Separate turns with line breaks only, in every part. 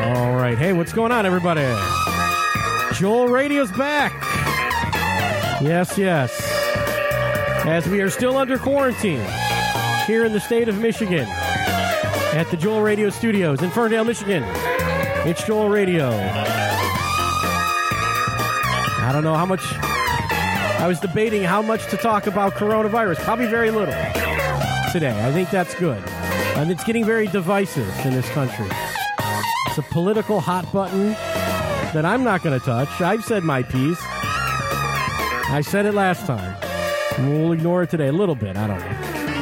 All right. Hey, what's going on, everybody? Joel Radio's back. Yes, yes. As we are still under quarantine here in the state of Michigan at the Joel Radio Studios in Ferndale, Michigan. It's Joel Radio. I don't know how much. I was debating how much to talk about coronavirus. Probably very little today. I think that's good. And it's getting very divisive in this country. It's a political hot button that I'm not going to touch. I've said my piece. I said it last time. We'll ignore it today a little bit. I don't know.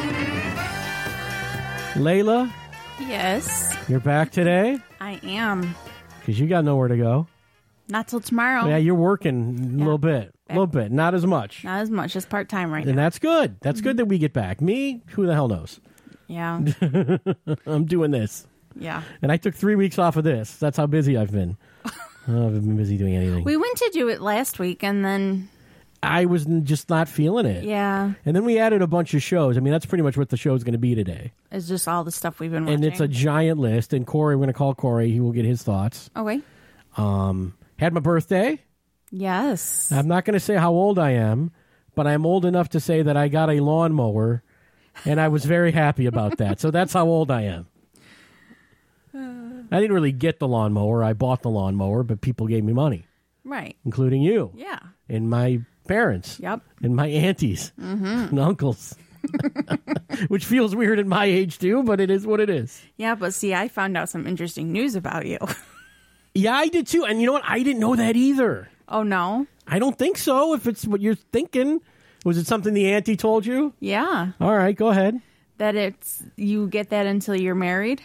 Layla,
Yes,
you're back today
I am.
because you got nowhere to go.
Not till tomorrow.
Yeah, you're working a little bit, a
Back.
little bit, not as much.
Not as much as part time right
And
now.
that's good. That's good that we get back. Me, who the hell knows?
Yeah,
I'm doing this.
yeah.
And I took three weeks off of this. That's how busy I've been. I haven't been busy doing anything.
We went to do it last week, and then
I was n- just not feeling it.
yeah,
And then we added a bunch of shows. I mean, that's pretty much what the show's going to be today.
it's just all the stuff we've been watching.
And it's a giant list. And Corey, we're going to call Corey. He will get his thoughts.
oh wait,
Had my birthday.
yes.
I'm not going to say how old I am, but I'm old enough to say that I got a lawnmower, and I was very happy about that. So that's how old I am. I didn't really get the lawnmower. I bought the lawnmower, but people gave me money,
right.
including you
Yeah.
and my parents
Yep.
and my aunties and uncles, which feels weird at my age too, but it is what it is.
Yeah, but see, I found out some interesting news about you.
Yeah, I did too. And you know what? I didn't know that either.
oh no.
I don't think so. If it's what you're thinking, was it something the auntie told you?
Yeah,
All right, go ahead.
that it's you get that until you're married.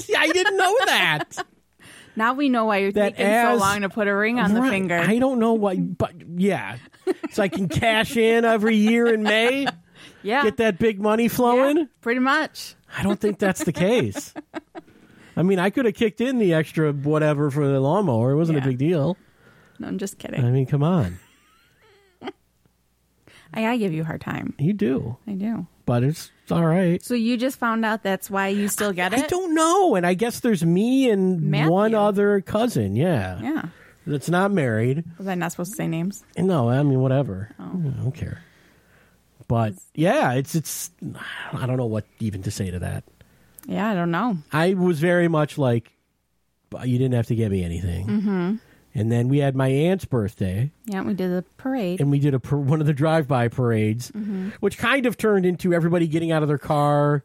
See, I didn't know that.
now we know why you're
That
taking
as-
so long to put a ring on the
Right.
finger.
I don't know why, but yeah. So I can cash in every year in May,
yeah.
get that big money
yeah,
flowing.
pretty much.
I don't think that's the case. I mean, I could have kicked in the extra whatever for the lawnmower. It wasn't a
Yeah.
big deal.
No, I'm just kidding.
I mean, come on.
I, I give you a hard time.
You do,
I do.
but it's it's all right.
So you just found out that's why you still get it?
I don't know. And I guess there's me and one
Matthew.
other cousin. Yeah.
Yeah.
That's not married.
Was I not supposed to say names?
No, I mean whatever. I don't care. But yeah, it's it's. I don't know what even to say to that.
Yeah, I don't know.
I was very much like, "Well, you didn't have to get me anything. Mm-hmm. And then we had my aunt's birthday,
Yeah, we did the parade.
and we did a par- one of the drive-by parades, which kind of turned into everybody getting out of their car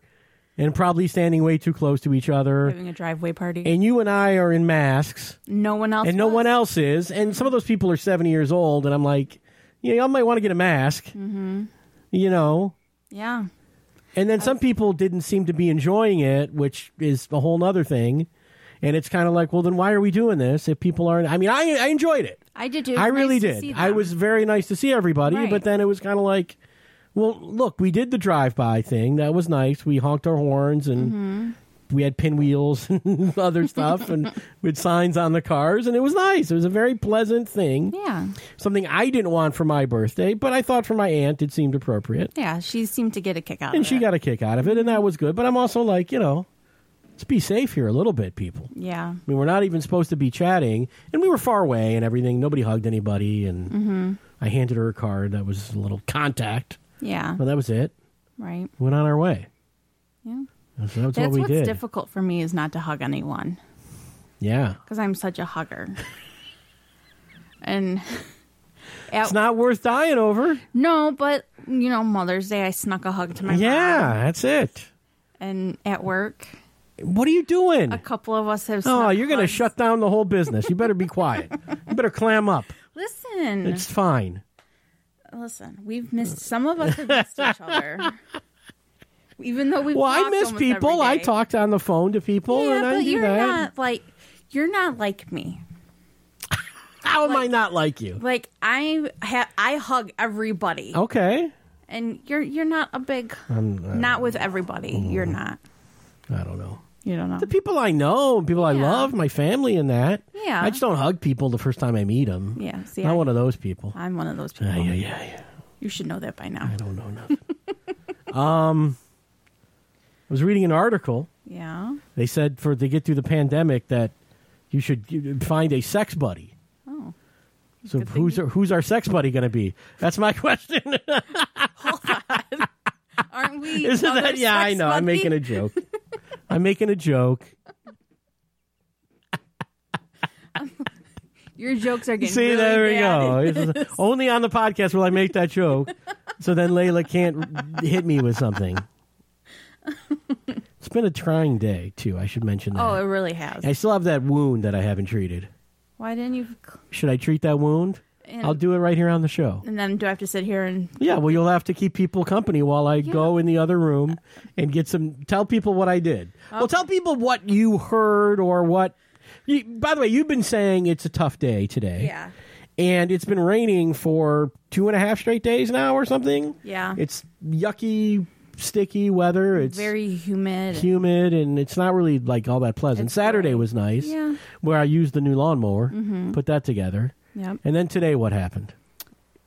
and probably standing way too close to each other.
having a driveway party.
And you and I are in masks,
no one else.
and no
was.
one else is. And some of those people are seventy years old, and I'm like, you know, I might want to get a mask. Mm-hmm. You know,
Yeah.
and then some people didn't seem to be enjoying it, which is a whole nother thing. And it's kind of like, well, then why are we doing this if people aren't? I mean, I, I enjoyed it.
I did. It was
I
nice
really
to see
did. I
them.
was very nice to see everybody,
Right.
but then it was kind of like, well, look, we did the drive-by thing. That was nice. We honked our horns and
Mm-hmm.
we had pinwheels and other stuff and with signs on the cars, and it was nice. It was a very pleasant thing.
Yeah.
Something I didn't want for my birthday, but I thought for my aunt it seemed appropriate
Yeah. She seemed to get a kick out
and
of
she
it.
got a kick out of it, and
Mm-hmm.
that was good. But I'm also like, you know, let's be safe here a little bit, people. I
Yeah.
mean, we're not even supposed to be chatting, and we were far away and everything. Nobody hugged anybody, and I handed her a card that was a little contact.
Yeah.
Well, that was it.
Right.
Went on our way.
Yeah.
And So that's,
That's
what we
what's
did.
difficult for me is not to hug anyone
Yeah,
because I'm such a hugger. and at,
it's not worth dying over.
no, but you know, Mother's Day, I snuck a hug to my mom.
Yeah, that's it.
And at work,
What are you doing?
a couple of us have.
Oh,
snuck
you're going to
hugs.
shut down the whole business. You better be quiet. you better clam up.
Listen,
It's fine.
listen. We've missed some of us have missed each other, even though we've.
Well, I
talked
miss
almost
people.
every
I
day.
talked on the phone to people,
Yeah,
and I
but
do
you're
that.
not like you're not like me.
How am I not like you?
Like I ha- I hug everybody,
Oh. Okay. uh,
and you're you're not a big. not with everybody. You're not.
I don't know.
You don't know.
mm. The people I know and people I
Yeah.
love, my family and that.
Yeah.
I just don't hug people the first time I meet them.
Yeah, see,
Not
I-
one of those people.
I'm one of those people.
Yeah, yeah, yeah, yeah.
You should know that by now.
I don't know nothing. um, I was reading an article.
Yeah.
They said for to get through the pandemic that you should g- find a sex buddy.
Oh.
So
Good thing
who's
you-
our, who's our sex buddy going to be? That's my question.
Aren't we?
Isn't
other
that? Yeah, I
sex
know. I'm
buddy?
making a joke. I'm making a joke.
Your jokes are getting.
See,
really
there we go.
bad.
It's- Only on the podcast will I make that joke. so then Layla can't hit me with something. it's been a trying day too. I should mention that.
Oh, it really has.
I still have that wound that I haven't treated.
Why didn't you?
Should I treat that wound?
And-
I'll do it right here on the show.
And then do I have to sit here and?
Yeah, well, you'll have to keep people company while I go in the other room and get some. Tell people what I did. Well, tell people what you heard or what. You, by the way, you've been saying it's a tough day today.
Yeah.
And it's been raining for two and a half straight days now or something.
Yeah.
It's yucky, sticky weather. It's
Very humid.
humid and it's not really like all that pleasant.
It's
Saturday
gray.
was nice,
Yeah. Mm-hmm.
where I used the new lawnmower, put that together,
Yep.
and then today what happened?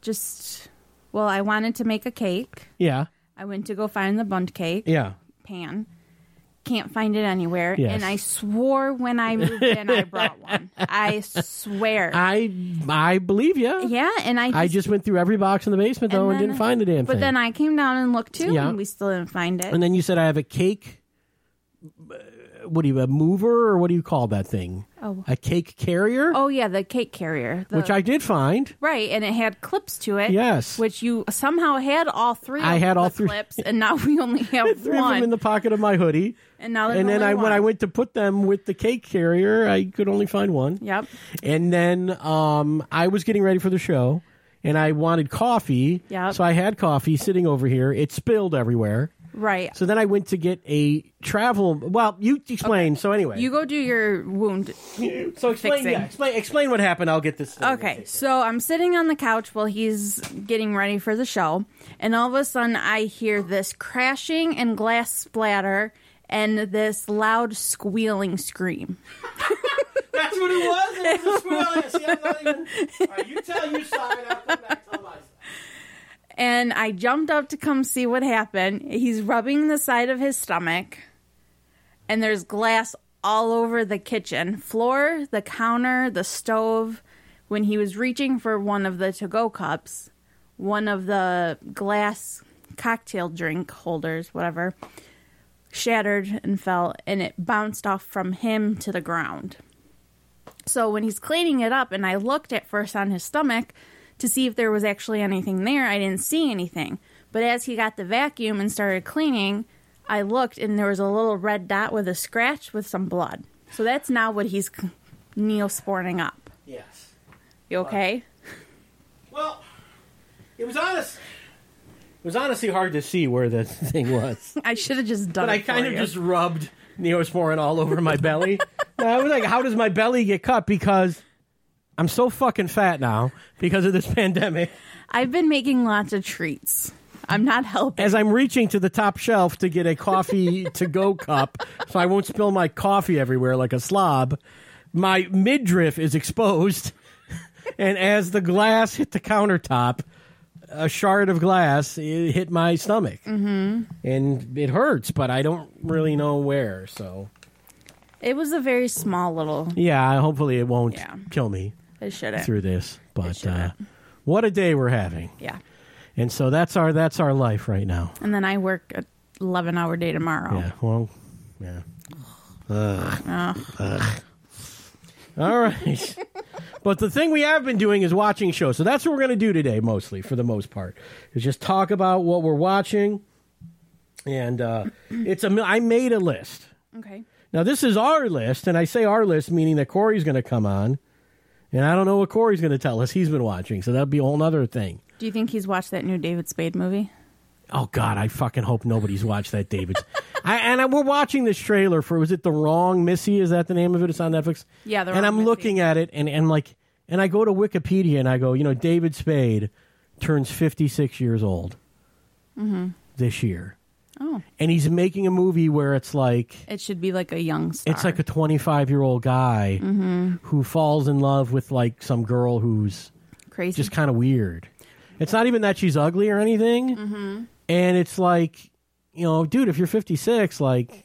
Just. Well, I wanted to make a cake.
Yeah,
I went to go find the bundt cake
yeah,
pan. Can't find it anywhere.
Yes.
And I swore when I moved in I brought one. I swear.
I I believe you.
yeah, and I just,
I just went through every box in the basement though and,
then-
didn't find the damn
But
thing.
then I came down and looked too
Yeah.
and we still didn't find it.
and then you said I have a cake. uh, What do you a mover or what do you call that thing?
Oh.
a cake carrier,
oh yeah, the cake carrier. The,
which I did find.
Right, and it had clips to it.
Yes.
Which you somehow had all three
I
of
had
the
all three.
clips and now we only have
Threw them
one.
in the pocket of my hoodie.
and now there's
And then
only
I,
one.
when I went to put them with the cake carrier, I could only find one.
Yep.
And then um, I was getting ready for the show, and I wanted coffee.
Yep.
So I had coffee sitting over here. It spilled everywhere.
Right.
So then I went to get a travel. Well, you explain. So anyway,
you go do your wound
so explain.
fixing.
Yeah, explain. Explain what happened. I'll get this. Thing
Okay, so I'm sitting on the couch while he's getting ready for the show, and all of a sudden I hear this crashing and glass splatter and this loud squealing scream.
That's what it was. It was a squirrel. See, I'm not even. All right, you tell your side. I'll come back to my side.
And I jumped up to come see what happened. He's rubbing the side of his stomach, and there's glass all over the kitchen floor, the counter, the stove. When he was reaching for one of the to go cups, one of the glass cocktail drink holders, whatever, shattered and fell, and it bounced off from him to the ground. So when he's cleaning it up, and I looked at first on his stomach to see if there was actually anything there, I didn't see anything. But as he got the vacuum and started cleaning, I looked, and there was a little red dot with a scratch with some blood. So that's now what he's c- neosporing up.
Yes.
You okay?
Well, it was honest. It was honestly hard to see where the thing was,
I should have just done
but
it.
I kind of
for you.
just rubbed neosporin all over my belly. And I was like, "How does my belly get cut?" Because I'm so fucking fat now because of this pandemic.
I've been making lots of treats. I'm not helping.
As I'm reaching to the top shelf to get a coffee to go cup, so I won't spill my coffee everywhere like a slob, my midriff is exposed, and as the glass hit the countertop, a shard of glass it hit my stomach, mm-hmm. and it hurts, but I don't really know where. So
It was a very small little.
yeah, hopefully it won't
Yeah.
kill me
It shouldn't.
through this. But uh,
shouldn't.
what a day we're having,
Yeah.
and so that's our that's our life right now.
And then I work a 11 hour day tomorrow.
Yeah. Well. Yeah. All right. but the thing we have been doing is watching shows. So that's what we're going to do today, mostly for the most part, is just talk about what we're watching. And uh, it's a. I made a list.
Okay.
Now this is our list, and I say our list meaning that Corey's going to come on, and I don't know what Corey's going to tell us. He's been watching, so that'd be a whole other thing.
Do you think he's watched that new David Spade movie?
Oh God, I fucking hope nobody's watched that, David. I, and I, we're watching this trailer for was it the wrong Missy? Is that the name of it? It's on Netflix.
Yeah, The
and
Wrong
I'm
Missy.
looking at it and and like and I go to Wikipedia and I go, you know, David Spade turns 56 years old this year.
Mm-hmm. Oh.
and he's making a movie where it's like
It should be like a young star.
it's like a 25 year old guy
Mm-hmm.
who falls in love with like some girl who's
crazy.
just kind of weird. It's not even that she's ugly or anything. And it's like, you know, dude, if you're 56, like,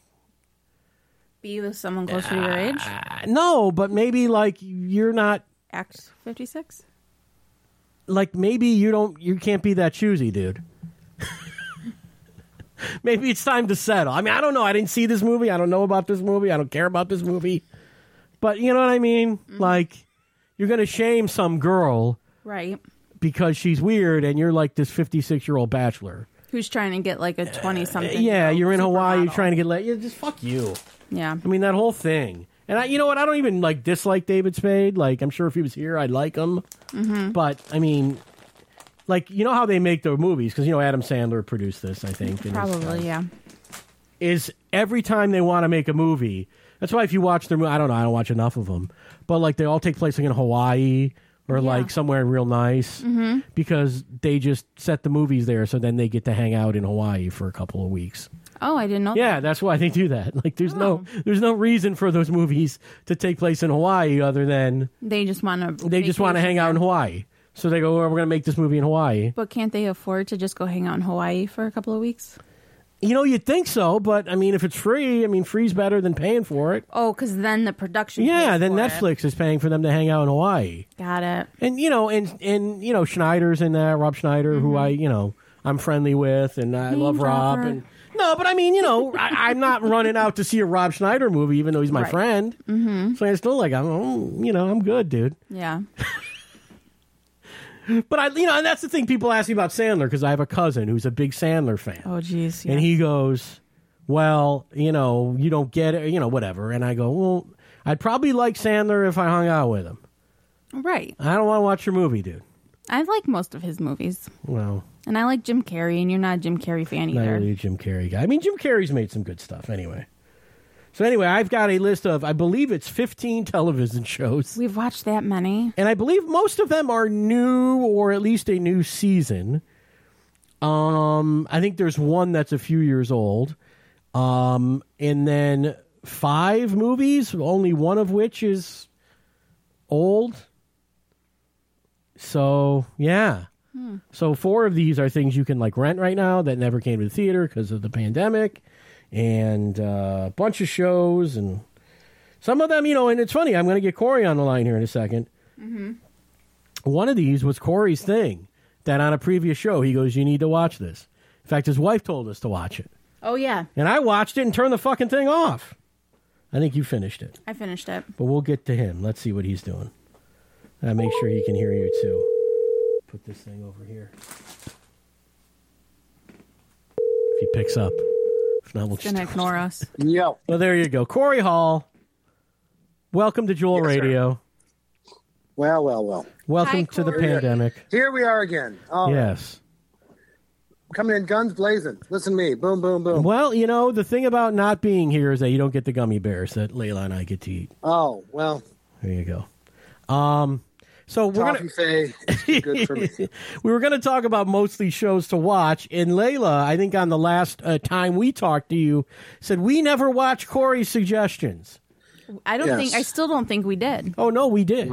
be with someone closer to your age.
uh, no, but maybe like you're not,
Act 56?
like maybe you don't, you can't be that choosy, dude. maybe it's time to settle. I mean, I don't know. I didn't see this movie. I don't know about this movie. I don't care about this movie. But you know what I mean? Like, you're going to shame some girl
Right.
because she's weird and you're like this 56 year old bachelor.
Who's trying to get like a 20 something?
Uh, Yeah, you're in Hawaii. You're trying to get laid. Yeah, just fuck you.
Yeah.
I mean, that whole thing. And I, you know what? I don't even like dislike David Spade. Like, I'm sure if he was here, I'd like him. But I mean, like, you know how they make their movies because you know Adam Sandler produced this, I think. and it's-
Probably, yeah.
is every time they want to make a movie. That's why if you watch their movie, I don't know, I don't watch enough of them, but like they all take place like in Hawaii or like somewhere real nice because they just set the movies there, so then they get to hang out in Hawaii for a couple of weeks.
Oh, I didn't know.
Yeah, that's why they do that. Like, there's
Oh.
no there's no reason for those movies to take place in Hawaii other than
that. They just want to.
they just want to hang out in Hawaii. So they go, oh, we're going to make this movie in Hawaii.
But can't they afford to just go hang out in Hawaii for a couple of weeks?
You know, you'd think so, but I mean, if it's free, I mean, free's better than paying for it.
Oh, because then the production.
Yeah,
pays
then
for it.
Netflix is paying for them to hang out in Hawaii.
Got it.
And you know, and and you know, Schneider's in that, Rob Schneider, who I, you know, I'm friendly with and I
Mm-hmm. Name
love Rob
dropper.
and no, but I mean, you know, I, I'm not running out to see a Rob Schneider movie, even though he's my
Right.
friend. Mm-hmm. So I'm still like, I'm, oh, you know, I'm good, dude.
Yeah.
But I, you know, and that's the thing people ask me about Sandler because I have a cousin who's a big Sandler fan.
Oh, jeez. Yeah.
And he goes, Well, you know, you don't get it, you know, whatever. And I go, Well, I'd probably like Sandler if I hung out with him.
Right.
I don't want to watch your movie, dude.
I like most of his movies,
Well,
and I like Jim Carrey, and you're not a Jim Carrey fan
not
either.
really a Jim Carrey guy. I mean, Jim Carrey's made some good stuff anyway. So, anyway, I've got a list of, I believe it's 15 television shows.
We've watched that many.
And I believe most of them are new or at least a new season. Um, I think there's one that's a few years old. Um, and then five movies, only one of which is old. So, yeah. So, four of these are things you can like rent right now that never came to the theater because of the pandemic and uh, a bunch of shows. And some of them, you know, and it's funny, I'm going to get Corey on the line here in a 2nd One of these was Corey's thing that on a previous show, he goes, You need to watch this. In fact, his wife told us to watch it.
Oh yeah,
And I watched it and turned the fucking thing off. I think you finished it.
I finished it.
But we'll get to him. Let's see what he's doing. Uh, make sure he can hear you too. Put this thing over here. If he picks up. If not, we'll just.
Gonna ignore us.
Yeah.
Well, there you go. Corey Hall. Welcome to Jewel
Yes, sir.
Radio.
Well, well, well.
Welcome
Hi,
to the
Corey.
pandemic.
Here we are again. Oh,
Yes.
Coming in guns blazing. Listen to me. Boom, boom, boom.
Well, you know, the thing about not being here is that you don't get the gummy bears that Layla and I get to eat.
Oh, well.
There you go. Um, so we're
Toffee
gonna
Fay is good for me.
we were gonna talk about mostly shows to watch, and Layla, I think on the last uh, time we talked to you, said we never watch Corey's suggestions.
I don't
Yes.
think. I still don't think we did.
Oh no, we did.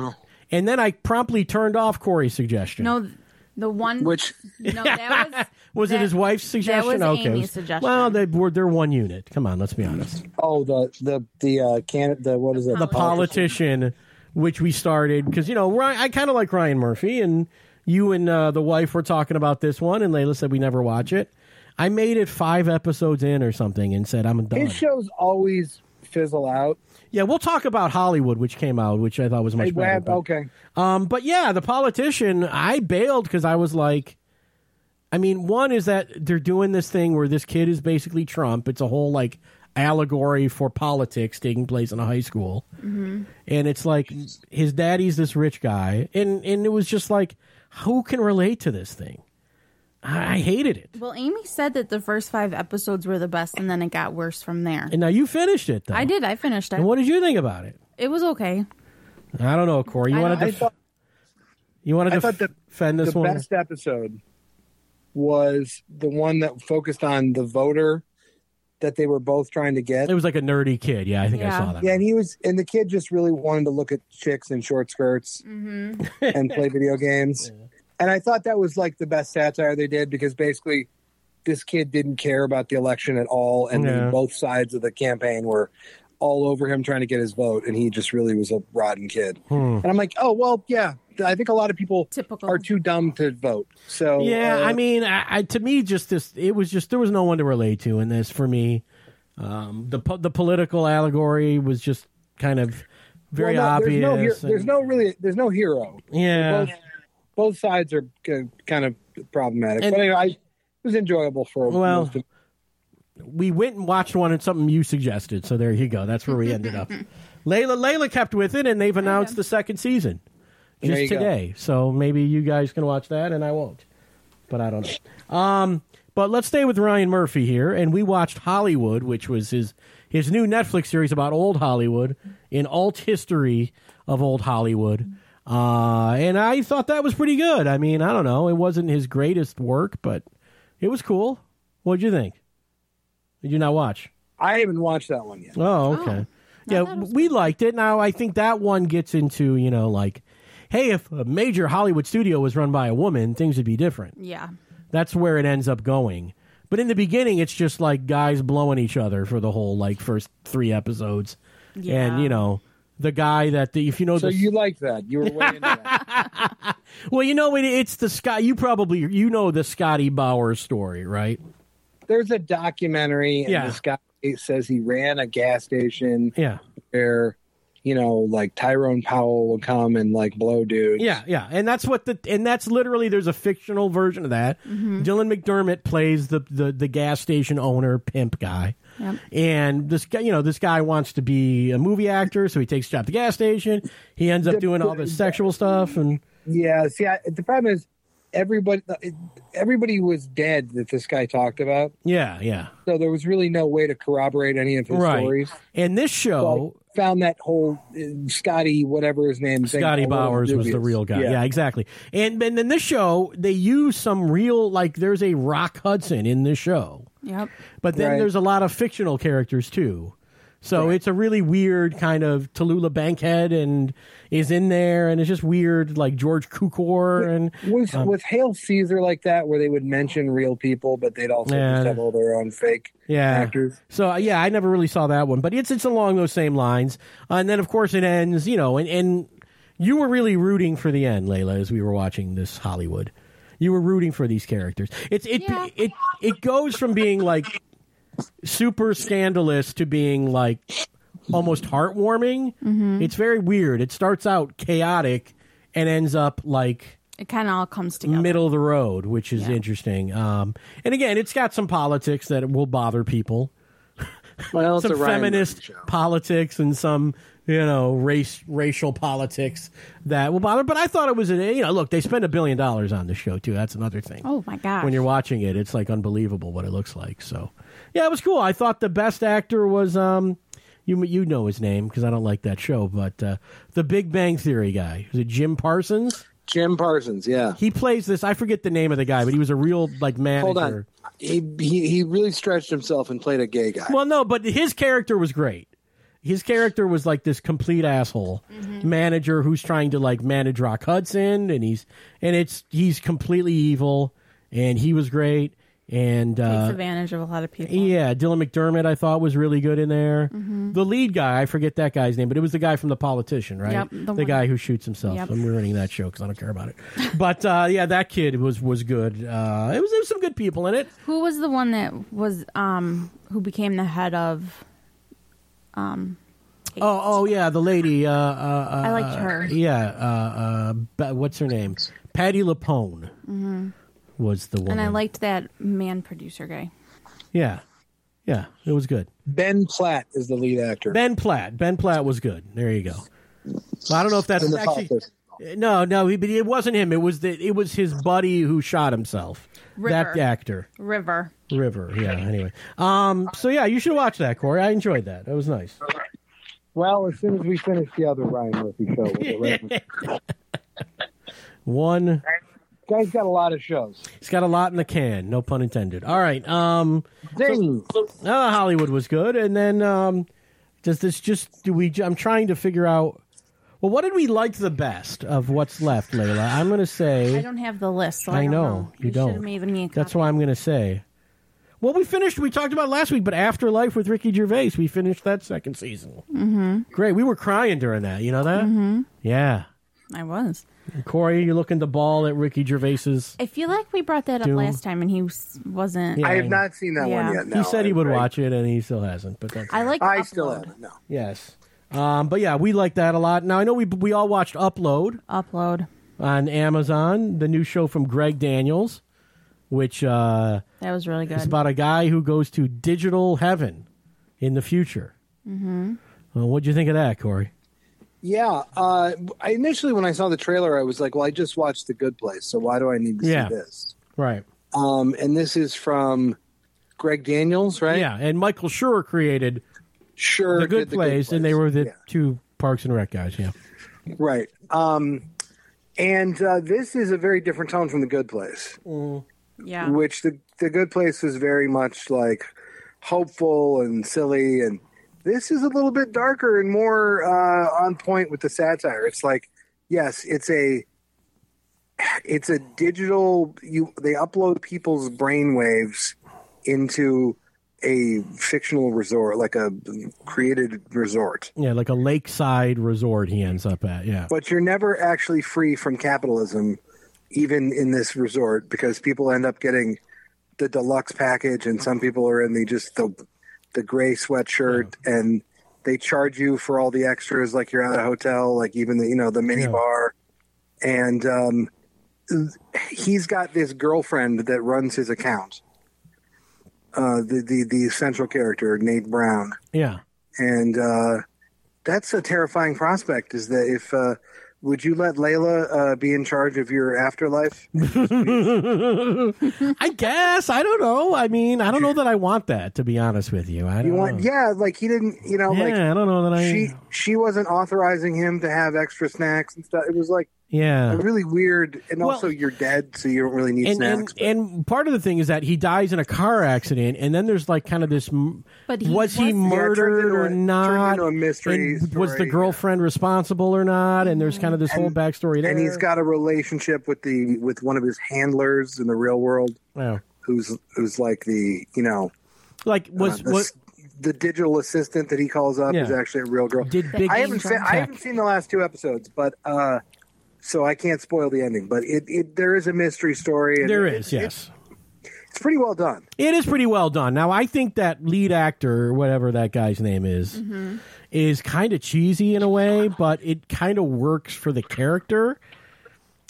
And then I promptly turned off Corey's suggestion.
No, th- the one
Which
no, that
was it
that-
his wife's
that
suggestion?
was
okay.
Amy's suggestion.
Well, they were they're one unit. Come on, let's be honest.
oh the the the uh can the what is it? Oh,
The
politician, which we started because you know Ryan, I kind of like Ryan Murphy, and you and uh, the wife were talking about this one, and Layla said we never watch it. I made it five episodes in or something, and said I'm done.
His shows always fizzle out.
yeah, we'll talk about Hollywood, which came out, which I thought was much
Hey,
better.
Webb,
but-
okay.
um, but yeah, the politician, I bailed because I was like, I mean, one is that they're doing this thing where this kid is basically Trump. It's a whole like allegory for politics taking place in a high school,
Mm-hmm.
and it's like his daddy's this rich guy, and and it was just like, who can relate to this thing? I, I hated it.
well, Amy said that the first five episodes were the best, and then it got worse from there.
And now you finished it, though.
I did. I finished it.
And what did you think about it?
It was okay.
I don't know, Corey. You
I
want to
don't-
I thought
you want
I
to
thought the-
defend this
the
one?
best episode was the one that focused on the voter
that they were both trying to get.
It was like a nerdy kid. Yeah, I think I
Yeah.
saw that.
Yeah, and he was, and the kid just really wanted to look at chicks in short skirts
Mm-hmm.
and play video games. And I thought that was like the best satire they did because basically this kid didn't care about the election at all, and
Yeah.
both sides of the campaign were all over him trying to get his vote, and he just really was a rotten kid.
Hmm.
And I'm like, oh well, yeah. I think a lot of people
Typical.
are too dumb to vote. So
Yeah,
uh,
I mean, I, I, to me, just this, it was just there was no one to relate to in this for me. Um, the po- the political allegory was just kind of very
well, no,
obvious.
There's no, hero-
and-
there's no really, there's no hero.
yeah,
both, both sides are k- kind of problematic.
And-
but anyway, I, it was enjoyable for
Well-
most of-
we went and watched one and something you suggested. So there you go. That's where we ended up. Layla Layla kept with it, and they've announced the second season
There
just
you go.
today. So maybe you guys can watch that, and I won't. But I don't know. Um, but let's stay with Ryan Murphy here, and we watched Hollywood, which was his his new Netflix series about old Hollywood, an alt history of old Hollywood. Uh, and I thought that was pretty good. I mean, I don't know, it wasn't his greatest work, but it was cool. What'd you think? Did you not watch?
I haven't watched that one yet.
Oh, okay. yeah, we liked it. Now I think that one gets into you know like, hey, if a major Hollywood studio was run by a woman, things would be different.
Yeah.
That's where it ends up going. But in the beginning, it's just like guys blowing each other for the whole like first three episodes,
Yeah.
and you know the guy that the if you know
So
the
you liked that? You were way into that.
well you know it, it's the Scott you probably you know the Scotty Bauer story right
There's a documentary, and
Yeah.
this guy says he ran a gas station
yeah
where, you know, like Tyrone Powell will come and like blow dudes.
Yeah, yeah, and that's what the and that's literally there's a fictional version of that.
Mm-hmm.
Mm-hmm. Dylan McDermott plays the, the the gas station owner pimp guy,
Yep.
and this guy you know this guy wants to be a movie actor, so he takes a job at the gas station. He ends up doing all this sexual stuff, and
Yeah, see, I, the problem is everybody everybody was dead that this guy talked about,
yeah, yeah,
so there was really no way to corroborate any of his
Right.
stories.
and this show.
So I found that whole uh, Scotty, whatever his name, thing
Scotty
a little
Bowers was the
dubious.
real guy. Yeah, exactly. And and in this show, they use some real like there's a Rock Hudson in this show.
Yep.
But then
Right.
there's a lot of fictional characters too. So it's a really weird kind of Tallulah Bankhead and is in there and it's just weird like George Cukor and
Was
Um,
was Hail Caesar like that, where they would mention real people, but they'd also
Yeah.
just have all their own fake
yeah.
actors?
So uh, yeah, I never really saw that one, but it's it's along those same lines. Uh, and then of course it ends, you know, and and you were really rooting for the end, Layla, as we were watching this Hollywood. You were rooting for these characters. It's it
Yeah.
it it goes from being like super scandalous to being like almost heartwarming.
Mm-hmm.
It's very weird. It starts out chaotic and ends up like
It kind of all comes together.
middle of the road, which is
Yeah.
interesting. Um, and again, it's got some politics that will bother people
Well,
some feminist politics and some you know race racial politics that will bother. But I thought it was an you know look they spend a billion dollars on this show too. That's another thing.
Oh my gosh.
When you're watching it, it's like unbelievable what it looks like. So yeah, it was cool. I thought the best actor was um you you know his name because I don't like that show, but uh, the Big Bang Theory guy is it Jim Parsons?
Jim Parsons, yeah.
He plays this. I forget the name of the guy, but he was a real like manager.
Hold on, he, he he really stretched himself and played a gay guy.
Well, no, but his character was great. His character was like this complete asshole
Mm-hmm.
manager who's trying to like manage Rock Hudson, and he's and it's he's completely evil, and he was great. And
takes
uh,
advantage of a lot of people.
yeah, Dylan McDermott I thought was really good in there.
Mm-hmm.
The lead guy, I forget that guy's name, but it was the guy from The Politician, right?
Yep,
the
the one-
guy who shoots himself.
Yep.
I'm ruining that show because I don't care about it. but uh, yeah, that kid was was good. Uh, it was there was some good people in it.
Who was the one that was um who became the head of?
Oh, oh yeah, the lady. Uh, uh,
I liked her.
Yeah, uh, uh, ba- what's her name? Patty Lapone was the woman.
Mm-hmm. And I liked that man producer guy.
Yeah, yeah, it was good.
Ben Platt is the lead actor.
Ben Platt. Ben Platt was good. There you go. Well, I don't know if that's
in the
actually.
Politician.
No, no, he, but it wasn't him. It was the it was his buddy who shot himself. That
River.
actor,
River.
River. Yeah. Anyway, um. So yeah, you should watch that, Corey. I enjoyed that. That was nice.
Well, as soon as we finish the other Ryan Murphy show, we'll get right back.
One
guy's got a lot of shows.
He's got a lot in the can, no pun intended. All right. Um
Ding.
Uh, Hollywood was good, and then um, does this just do we? I'm trying to figure out. Well, what did we like the best of what's left, Layla? I'm going to say.
I don't have the list. So
I
I, don't
know,
know.
you
should
don't.
have made me a
That's
copy.
why I'm going to say. Well, we finished. We talked about last week, but Afterlife with Ricky Gervais, we finished that second season. Mm-hmm. Great. We were crying during that. You know that? Mm-hmm. Yeah.
I was.
And Corey, you're looking the ball at Ricky Gervais's.
I feel like we brought that up
Doom.
last time, and he was, wasn't.
Yeah.
I have not seen that
Yeah.
one yet. No,
he said he would
I-
watch it, and he still hasn't. But that's
I like.
I
upload.
still haven't. No.
yes. Um, but yeah, we like that a lot. Now I know we we all watched Upload
upload.
on Amazon, the new show from Greg Daniels, which uh,
That was really good.
It's about a guy who goes to digital heaven in the future. Mm-hmm. what'd you think of that, Corey?
Yeah. Uh, I initially, when I saw the trailer, I was like, well, I just watched The Good Place, so why do I need to
Yeah.
see this?
Right.
Um, and this is from Greg Daniels, right?
Yeah, and Michael Schur created
Sure.
The Good,
did
Place, and they were the
Yeah.
two Parks and Rec guys. Yeah.
Right. Um, and uh, this is a very different tone from The Good Place,
Mm.
yeah.
which the, the Good Place was very much like hopeful and silly. And this is a little bit darker and more uh, on point with the satire. It's like, yes, it's a. It's a digital. You they upload people's brainwaves into a fictional resort, like a created resort.
Yeah, like a lakeside resort he ends up at. Yeah.
but you're never actually free from capitalism, even in this resort, because people end up getting the deluxe package, and some people are in the just the the gray sweatshirt, and they charge you for all the extras, like you're at a hotel, like even the you know the mini
Yeah.
bar, and um, he's got this girlfriend that runs his account. Uh, the, the the central character Nate Brown,
Yeah.
and uh, that's a terrifying prospect. Is that if uh, would you let Layla uh, be in charge of your afterlife?
I guess. I don't know. I mean, I don't know that I want that, to be honest with you. I don't
You want?
know.
Yeah, like he didn't. You know,
Yeah, I don't know that
like
I.
she she wasn't authorizing him to have extra snacks and stuff. It was like
yeah.
really weird. And
Well-
also, you're dead, so you don't really need
and,
snacks.
and and part of the thing is that he dies in a car accident, and then there's like kind of this. m-
But he
was he
wasn't. Yeah, it
turns
murdered
into a-
or
turns
not?
into a mystery
And was the
story,
girlfriend responsible or not? And there's kind of this whole
And-
backstory there.
and he's got a relationship with the with one of his handlers in the real world,
Yeah.
who's who's like the you know
Oh. like was
uh, the,
was-
the digital assistant that he calls up
Yeah.
is actually a real girl.
did big E
I haven't
Angel
seen, I haven't seen the last two episodes, but uh, so I can't spoil the ending. But it, it there is a mystery story. And
there
it-
is yes.
it's pretty well done.
It is pretty well done. Now I think that lead actor, or whatever that guy's name is, is kind of cheesy in a way, but it kind of works for the character.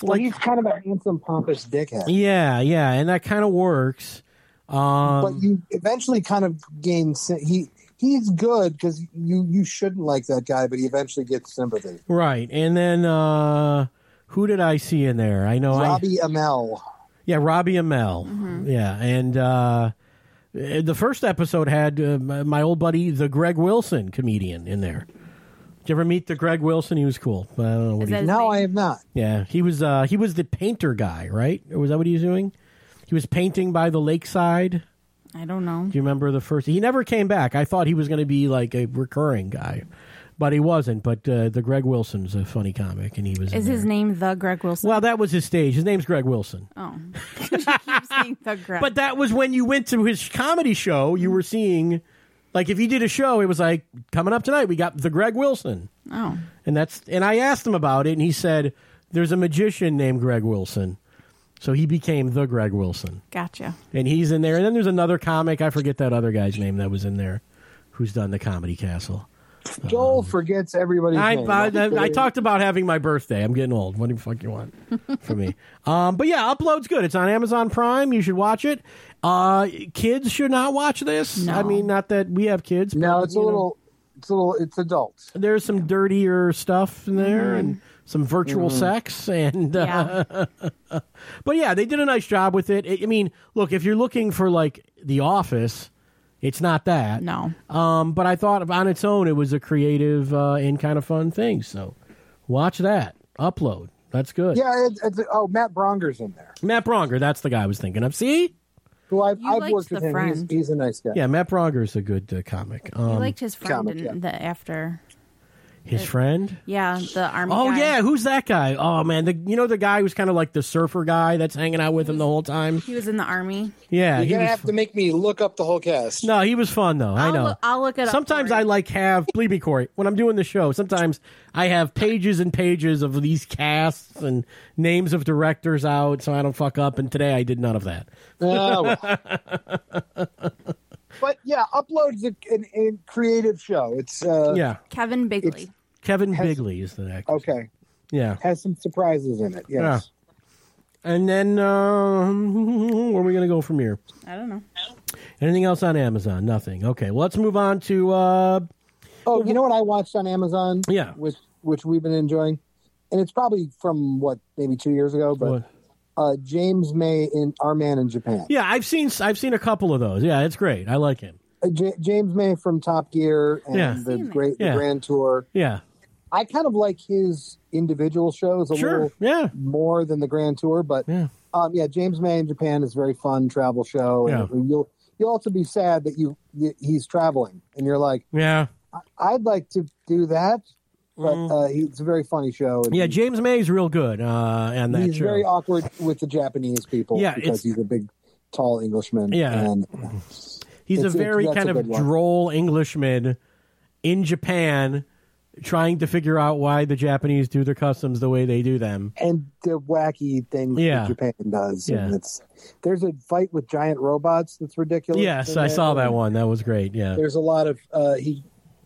Well, he's kind of a handsome, pompous dickhead,
Yeah, yeah, and that kind of works. Um,
but you eventually kind of gain sy- he. He's good because you you shouldn't like that guy, but he eventually gets sympathy.
Right. And then uh who did I see in there? Oh, I know I
Robbie Amell.
Yeah, Robbie Amell. Yeah, and uh the first episode had uh, my my old buddy the Greg Wilson comedian in there. Did you ever meet the Greg Wilson? He was cool. But I don't know what
Is
he,
that-
No, I have not.
Yeah, he was uh he was the painter guy, right? Or was that what he was doing? He was painting by the lakeside.
I don't know.
Do you remember the first? He never came back. I thought he was going to be like a recurring guy, but he wasn't. But uh, the Greg Wilson's a funny comic, and he was. in
Is
there.
his name the Greg Wilson?
Well, that was his stage. His name's Greg Wilson.
oh, I keep saying the Greg.
But that was when you went to his comedy show, you were seeing, like, if he did a show, it was like, coming up tonight, we got the Greg Wilson.
oh,
And that's, and I asked him about it, and he said, there's a magician named Greg Wilson. So he became the Greg Wilson.
gotcha.
And he's in there. And then there's another comic, I forget that other guy's name that was in there, who's done the Comedy Castle.
Joel forgets everybody's
Um, I,
name.
I, I, I talked about having my birthday. I'm getting old. What do you fuck you want from me? Um, but yeah, upload's good. It's on Amazon Prime. You should watch it. Uh, kids should not watch this.
No.
I mean, not that we have kids.
No,
but,
it's a
you know,
little, it's a little, it's adult.
There's some dirtier stuff in there and some virtual sex and. Uh,
Mm-hmm. Yeah,
But yeah, they did a nice job with it. I- I mean, look, if you're looking for like The Office, it's not that.
no.
Um, but I thought on its own, it was a creative uh, and kind of fun thing. So watch that. Upload. That's good.
Yeah, it's, it's, oh, Matt Bronger's in there.
Matt Bronger, that's the guy I was thinking of. See?
who I've,
You
I've
liked
worked with
the
him. He's,
friend.
he's a nice guy.
Yeah, Matt Broger's a good uh, comic.
He
Um,
liked his friend
comic,
in
yeah.
the after.
his friend.
Yeah, the army.
Oh
guy.
yeah, who's that guy? Oh man, the, you know the guy who's kind of like the surfer guy that's hanging out with him the whole time.
he was in the army.
Yeah,
You're
he
gonna
was.
have to make me look up the whole cast.
No, he was fun though. I
I'll
know.
look- I'll look it up
Sometimes
for
I
you.
like have believe me, Corey. When I'm doing the show, sometimes I have pages and pages of these casts and names of directors out, so I don't fuck up. And today I did none of that.
Oh, well. but yeah, uploads a, an, a creative show. It's uh,
yeah,
Kevin Bigley.
Kevin Bigley is the next.
okay.
Yeah,
Has some surprises in it. Yes.
and then um, where are we gonna go from here?
I don't know.
Anything else on Amazon? Nothing. Okay, well let's move on to uh,
Oh, you know what I watched on Amazon?
Yeah.
Which which we've been enjoying, and it's probably from what maybe two years ago, but
what-
uh, James May in Our Man in Japan.
yeah, I've seen I've seen a couple of those. Yeah, it's great. I like him.
Uh, J- James May from Top Gear and
Yeah.
the Great
Yeah.
the Grand Tour.
Yeah,
I kind of like his individual shows a
sure.
little
Yeah,
more than the Grand Tour, but
yeah.
Um, yeah, James May in Japan is a very fun travel show, and
Yeah.
you'll you'll also be sad that you, you he's traveling, and you're like,
Yeah.
I'd like to do that, but uh, he, it's a very funny show. And
Mm. Yeah, James May's real good uh, and that
he's
show.
very awkward with the Japanese people
Yeah, it's-
because he's a big, tall Englishman.
Yeah.
and
He's a
it's- it's-
very
that's
kind
a
of
good one.
droll Englishman in Japan trying to figure out why the Japanese do their customs the way they do them.
and the wacky things
Yeah.
that Japan does.
Yeah.
And it's there's a fight with giant robots that's ridiculous.
Yes,
in
I
there,
saw that
and
one. That was great. Yeah.
There's a lot of uh, he.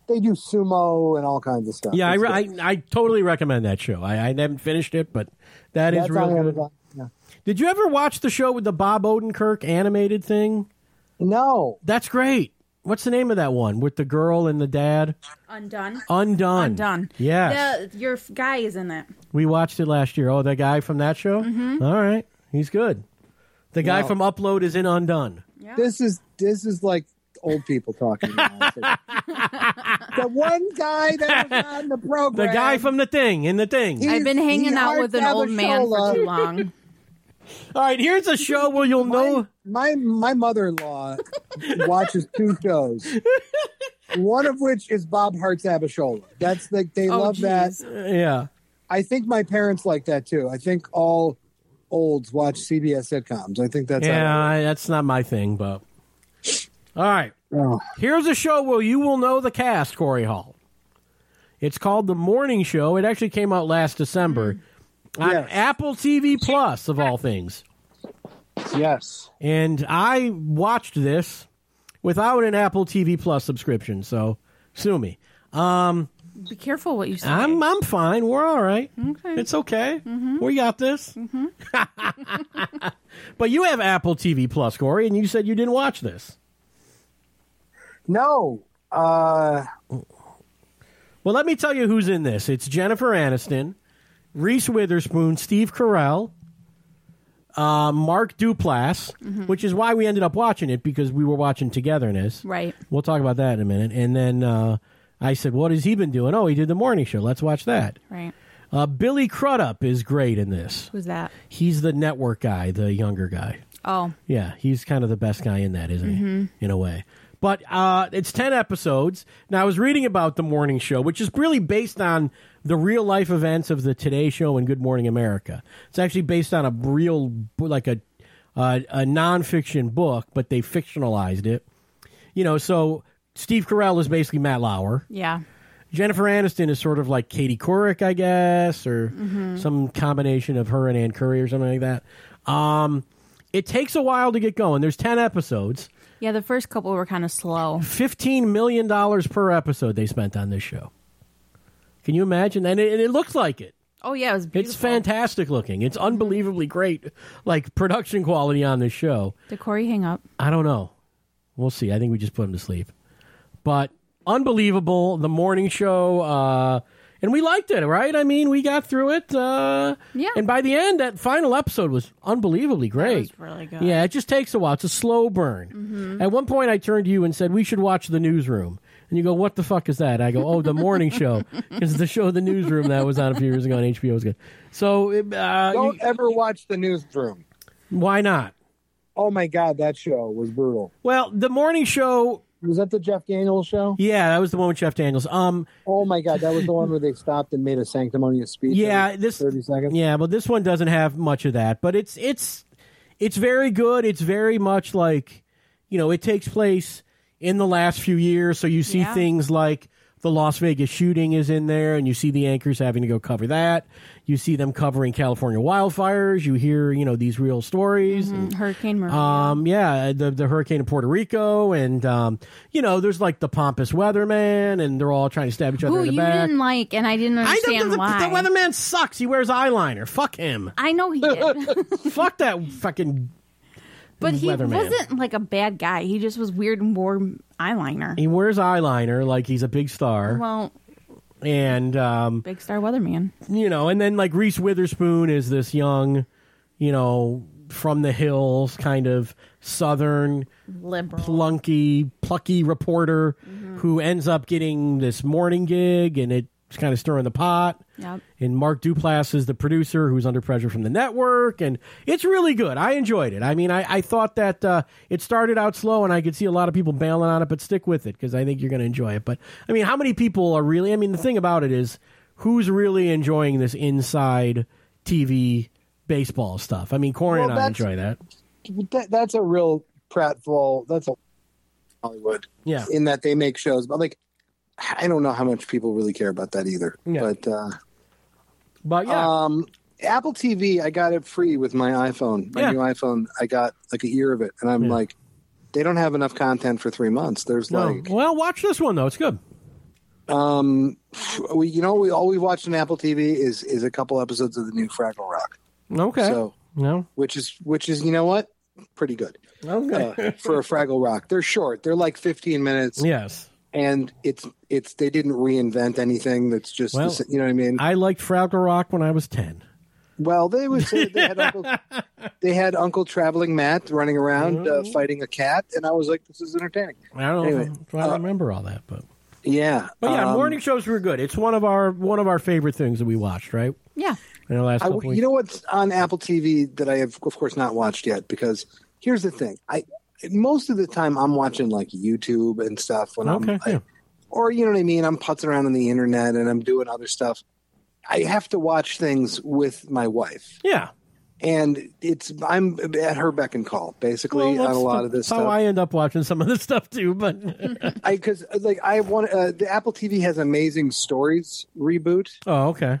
They do sumo and all kinds of stuff.
Yeah, I,
It's
re-
good.
I, I totally recommend that show. I, I haven't finished it, but that is
That's
real
on
good.
Amazon. Yeah.
Did you ever watch the show with the Bob Odenkirk animated thing?
No,
That's great. What's the name of that one with the girl and the dad?
Undone.
Undone.
Undone.
Yes.
The, your f- guy is in that.
We watched it last year. Oh, that guy from that show?
Mm-hmm.
All right. He's good. The guy
Wow.
from Upload is in Undone.
Yeah.
this is this is like old people talking. now. the one guy that was on the program,
The guy from The Thing, in The Thing.
He-
I've been
he's-
hanging
he's
out
Art
with an old man for
Savashola.
too long.
All right, here's a show where you'll
my,
know.
my my mother-in-law watches two shows. One of which is Bob Hart's Abishola. That's like they
Oh,
love
jeez.
that.
Yeah.
I think my parents like that too. I think all olds watch CBS sitcoms. I think that's how-
yeah, I, that's not my thing, but. All right.
Oh.
Here's a show where you will know the cast, Corey Hall. It's called The Morning Show. It actually came out last December on
Hmm. Yes.
Apple TV Plus, of all things.
yes.
and I watched this without an Apple TV Plus subscription. So sue me.
Be careful what you say.
I'm I'm fine. We're all right.
Mm-hmm.
It's okay. We got this. but you have Apple TV Plus, Corey, and you said you didn't watch this.
No. Uh,
Well, let me tell you who's in this. It's Jennifer Aniston, Reese Witherspoon, Steve Carell, uh, Mark Duplass, which is why we ended up watching it because we were watching Togetherness.
right.
We'll talk about that in a minute. And then uh, I said, "What has he been doing?" Oh, he did the morning show. Let's watch that.
Right.
Uh, Billy Crudup is great in this.
Who's that?
He's the network guy, the younger guy.
Oh,
Yeah, he's kind of the best guy in that, isn't he? In a way. But uh, it's 10 episodes. Now, I was reading about The Morning Show, which is really based on the real life events of the Today Show and Good Morning America. It's actually based on a real, like a, uh, a nonfiction book, but they fictionalized it. You know, so Steve Carell is basically Matt Lauer.
yeah.
Jennifer Aniston is sort of like Katie Couric, I guess, or some combination of her and Ann Curry or something like that. Um, it takes a while to get going. There's 10 episodes,
Yeah, the first couple were kind of slow.
$15 million per episode they spent on this show. Can you imagine? And it, it looks like it.
Oh, yeah, it was beautiful.
It's fantastic looking. It's unbelievably great, like production quality on this show.
Did Corey hang up?
I don't know. We'll see. I think we just put him to sleep. But unbelievable, the morning show, uh, and we liked it, right? I mean, we got through it. Uh,
Yeah.
And by the end, that final episode was unbelievably great.
It was really good. Mm-hmm.
Yeah, it just takes a while. It's a slow burn. At one point, I turned to you and said, "We should watch the newsroom." And you go, "What the fuck is that?" I go, "Oh, the morning show, because the show, the newsroom, that was on a few years ago on HBO was good." So uh,
don't
you-
ever watch the newsroom.
why not?
oh my god, that show was brutal.
Well, the morning show.
Was that the Jeff Daniels show?
Yeah, that was the one with Jeff Daniels. Um,
Oh my god, that was the one where they stopped and made a sanctimonious speech.
Yeah,
in
this-
thirty seconds.
yeah, but this one doesn't have much of that. But it's it's it's very good. It's very much like you know, it takes place in the last few years, so you see
Yeah.
things like the Las Vegas shooting is in there, and you see the anchors having to go cover that. You see them covering California wildfires. You hear you know these real stories.
Mm-hmm.
and-
Mm, Hurricane Maria.
Um, yeah, the the hurricane in Puerto Rico, and um, you know, there's like the pompous weatherman, and they're all trying to stab each other
Who
in the
you
back.
didn't like, and I didn't
I
understand
don't. The,
why.
the weatherman sucks. He wears eyeliner. Fuck him.
I know he did,
Fuck that fucking.
but he
Weatherman.
wasn't like a bad guy. He just was weird and wore eyeliner.
He wears eyeliner like he's a big star,
Well,
and um,
big star weatherman.
you know, and then like Reese Witherspoon is this young, you know, from the hills kind of southern
Liberal.
plunky, plucky reporter who ends up getting this morning gig and it's kind of stirring the pot.
Yep.
And Mark Duplass is the producer who's under pressure from the network. And it's really good. I enjoyed it. I mean, I, I thought that uh, it started out slow and I could see a lot of people bailing on it, but stick with it because I think you're going to enjoy it. But I mean, how many people are really, I mean, the thing about it is who's really enjoying this inside TV baseball stuff? I mean, Corey
Well,
and I
that's-
enjoy that.
that, that's a real pratfall. That's a Hollywood
Yeah.
in that they make shows, but like I don't know how much people really care about that either.
Yeah.
But uh,
But yeah.
um, Apple TV, I got it free with my iPhone, my
Yeah.
new iPhone. I got like a year of it, and I'm
Yeah.
like, they don't have enough content for three months. There's
No.
like,
well, watch this one though. It's good.
um, we, you know, we all we watched on Apple TV is is a couple episodes of the new Fraggle Rock,
Okay.
so
no.
which is which is you know what, pretty good
Okay.
uh, for a Fraggle Rock. They're short. They're like 15 minutes.
yes.
and it's it's they didn't reinvent anything that's just the
Well,
sa- you know what i mean
I liked Fraggle Rock when I was 10.
well they was they had uncle they had uncle traveling matt running around
Mm-hmm.
uh, fighting a cat and i was like this is entertaining
I don't know
Anyway,
if I, if I remember all that, but
yeah
But yeah,
um,
morning shows were good. It's one of our one of our favorite things that we watched, right?
Yeah.
In the last
I,
couple
you
weeks.
know what's on apple tv that i have of course not watched yet because here's the thing i most of the time i'm watching like youtube and stuff when
okay.
i'm I-
yeah.
or you know what I mean. I'm putzing around on the internet and I'm doing other stuff. I have to watch things with my wife,
yeah.
and it's I'm at her beck and call
Well,
basically on
that's-
a lot of this
that's how
stuff.
I end up watching some of this stuff too, but
I because like I want uh, the Apple TV has amazing stories reboot,
Oh, okay.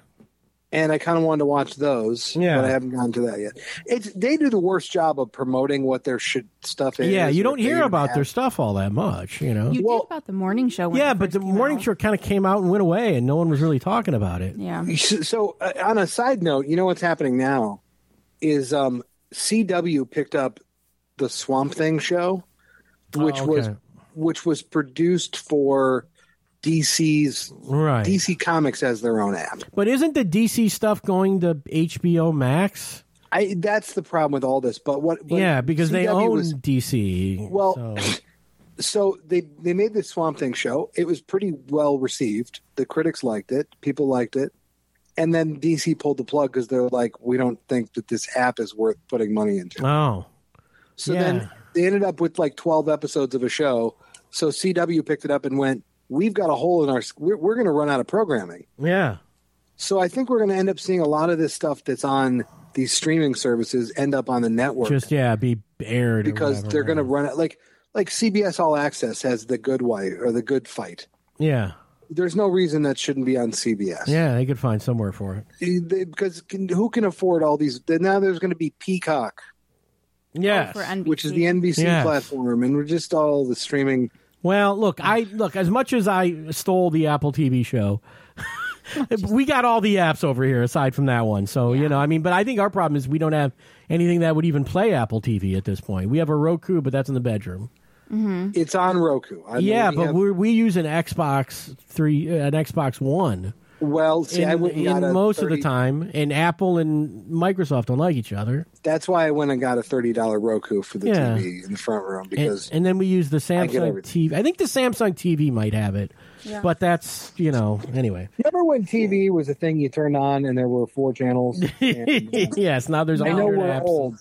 and I kind of wanted to watch those.
Yeah.
but I haven't gotten to that yet. It's they do the worst job of promoting what their shit stuff is.
Yeah, you
or
don't
they
hear
even
about
have.
their stuff all that much, you know.
You
Well-
did about the morning show. When
yeah,
it
but
first
the
came
morning
out.
show kind of came out and went away and no one was really talking about it.
Yeah.
So, so, uh, on a side note, you know what's happening now is um, CW picked up the Swamp Thing show, which
Oh,
was
okay.
which was produced for DC's
Right.
DC Comics has their own app.
But isn't the DC stuff going to HBO Max?
I that's the problem with all this. But what? what
yeah, because they
CW
own
was-
DC.
Well,
so-
so they they made the Swamp Thing show. It was pretty well received. The critics liked it. People liked it. And then DC pulled the plug because they're like, we don't think that this app is worth putting money into.
oh,
So
Yeah.
then they ended up with like 12 episodes of a show. So CW picked it up and went, We've got a hole in our, we're, we're going to run out of programming.
yeah,
So I think we're going to end up seeing a lot of this stuff that's on these streaming services end up on the network
just yeah, be aired or
because
whatever,
they're going to
right.
run it. Like, like CBS All Access has The Good Wife or The Good Fight.
Yeah,
There's no reason that shouldn't be on CBS.
yeah, they could find somewhere for it.
They- they- Because can, who can afford all these? then Now there's going to be Peacock,
Yes.
For NBC.
which is the NBC
Yes.
platform, and we're just all the streaming.
well, look, I look as much as I stole the Apple TV show. we got all the apps over here aside from that one. So, you know, I mean, but I think our problem is we don't have anything that would even play Apple TV at this point. We have a Roku, but that's in the bedroom.
It's on Roku. I mean,
yeah,
we
but
have-
we we use an Xbox 3 an Xbox 1.
Well, see,
in,
I went and
in
got a
most of
30
the time, and Apple and Microsoft don't like each other.
That's why I went and got a thirty dollar Roku for the
Yeah.
TV in the front room
And,
because
and then we use the
get
Samsung
everything.
TV. I think the Samsung TV might have it, but that's you know anyway.
remember when TV was a thing you turned on and there were four channels. And, uh,
yes, now there's
I know
100
we're
apps.
old,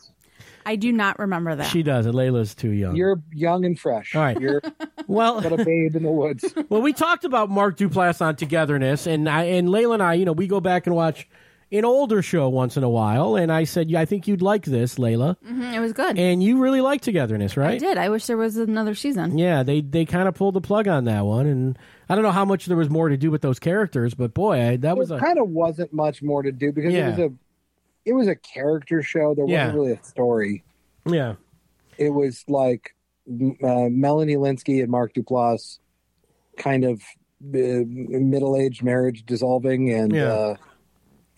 I do not remember that.
She does. and Layla's too young.
You're young and fresh.
All right.
You're
well,
got a babe in the woods.
Well, we talked about Mark Duplass on Togetherness, and I and Layla and I, you know, we go back and watch an older show once in a while, and I said, yeah, I think you'd like this, Layla,
Mm, it was good.
and you really like Togetherness, right?
I did. I wish there was another season.
Yeah, they they kind of pulled the plug on that one, and I don't know how much there was more to do with those characters, but boy, I, that was
there
a
kind of wasn't much more to do because
Yeah.
it was a it was a character show. There
Yeah.
wasn't really a story.
yeah.
It was like m- uh, Melanie Linsky and Mark Duplass, kind of uh, middle aged marriage dissolving, and
Yeah.
uh,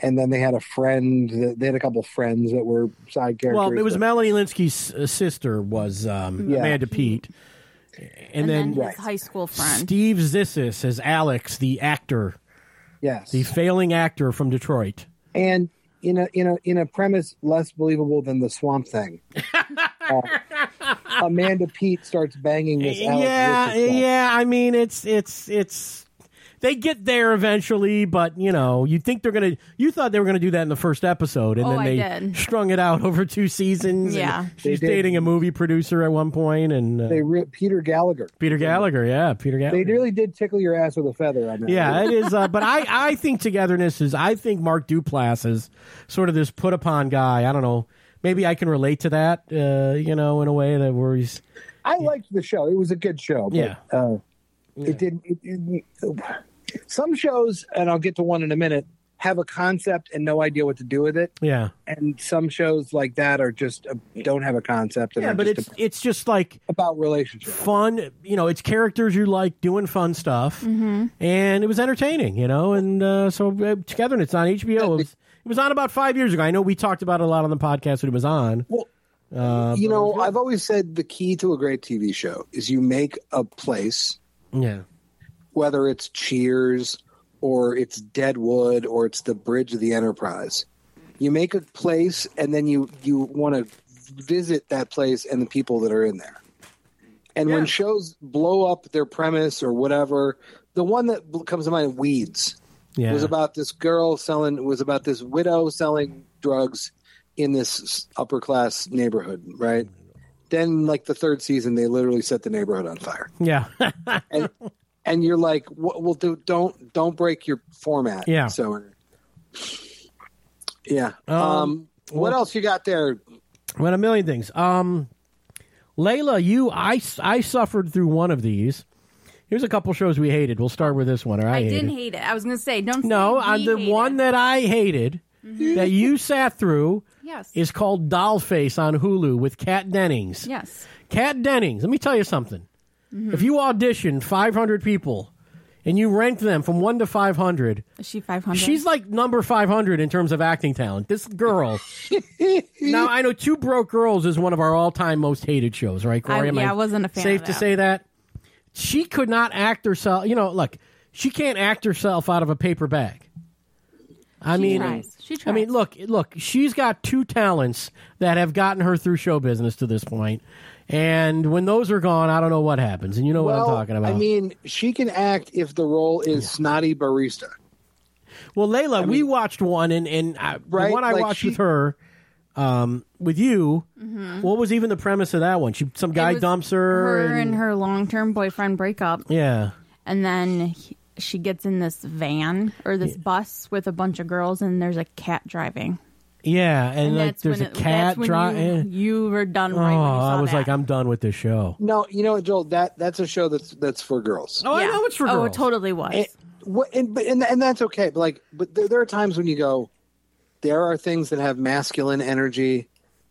and then they had a friend. That, they had a couple friends that were side characters.
Well, it was
but-
Melanie Linsky's uh, sister was um,
Yeah.
Amanda Pete, and,
And, then,
then,
his
Right.
high school friend.
Steve Zissis as Alex, the actor,
yes,
the failing actor from Detroit.
and in a in a in a premise less believable than the Swamp Thing. Uh, Amanda Pete starts banging this. Alex
yeah,
Richards guy.
yeah. I mean, it's it's it's they get there eventually, but you know, you think they're gonna. You thought they were gonna do that in the first episode, and
Oh,
then
I
they
did.
strung it out over two seasons. and
Yeah.
They
she's
did.
dating a movie producer at one point, and uh,
They re- Peter Gallagher.
Peter Gallagher. Yeah, Peter
They
Gallagher.
really did tickle your ass with a feather on that.
Yeah, it is. Uh, but I, I think togetherness is. I think Mark Duplass is sort of this put upon guy. I don't know. Maybe I can relate to that. Uh, you know, in a way that where he's
I liked the show. It was a good show. But,
Yeah.
uh, it didn't. It, it- some shows, and I'll get to one in a minute, have a concept and no idea what to do with it,
yeah.
and some shows like that are just uh, don't have a concept. And
Yeah,
are
but it's
just
it's just like
about relationships.
fun. You know, it's characters you like doing fun stuff, and it was entertaining. You know, and uh, so uh, together, and it's on HBO. It was, it was on about five years ago. I know we talked about it a lot on the podcast when it was on.
Well,
uh,
You know, I've always said the key to a great TV show is you make a place,
yeah,
whether it's Cheers or it's Deadwood or it's the Bridge of the Enterprise. You make a place, and then you you want to visit that place and the people that are in there. And when shows blow up their premise or whatever, the one that bl- comes to mind, Weeds,
yeah,
was about this girl selling was about this widow selling drugs in this upper class neighborhood right then like the third season they literally set the neighborhood on fire
yeah,
and and you're like w- well do, don't don't break your format
Yeah.
so yeah um, what
well-
else you got there
Well, a million things. Um, Layla, you, I, I suffered through one of these. Here's a couple shows we hated. We'll start with this one. Or I,
I
hated.
didn't hate it. I was going to say, don't
No,
say
on
we
the
hate
one
it. Mm-hmm.
that I hated that you sat through
Yes.
is called Dollface on Hulu with Kat Dennings.
yes.
Kat Dennings, let me tell you something.
Mm-hmm.
If you audition 500 people and you rank them from 1 to 500,
Is she 500?
She's like number 500 in terms of acting talent. This girl. now, I know Two Broke Girls is one of our all time most hated shows, right, Corey?
I-
Am
yeah, I wasn't a fan
Safe
of
to
that.
say that. She could not act herself. You know, look, she can't act herself out of a paper bag. I
She
mean,
tries. She
I mean,
tries.
look, look, she's got two talents that have gotten her through show business to this point. And when those are gone, I don't know what happens. And you know
well,
what I'm talking about.
i mean she can act if the role is snotty barista
Well, Layla, we watched one, and and I, the
Right,
one I
like
watched
she-
with her, um, with you. What was even the premise of that one? She, some guy
Mm-hmm. was
dumps her.
her and her long-term boyfriend break up,
yeah,
and then he- she gets in this van or this bus with a bunch of girls, and there's a cat driving.
yeah, and,
And
like
that's
there's
when
a
it,
cat
that's when
dry.
You, you were done.
Oh,
Right when you saw
I was
that.
like, I'm done with this show.
no you know what joel that that's a show that's that's for girls
Oh,
Yeah.
I know it's for
Oh,
girls.
it totally was.
and, what, and, but- and and that's okay. But like, but there, there are times when you go, there are things that have masculine energy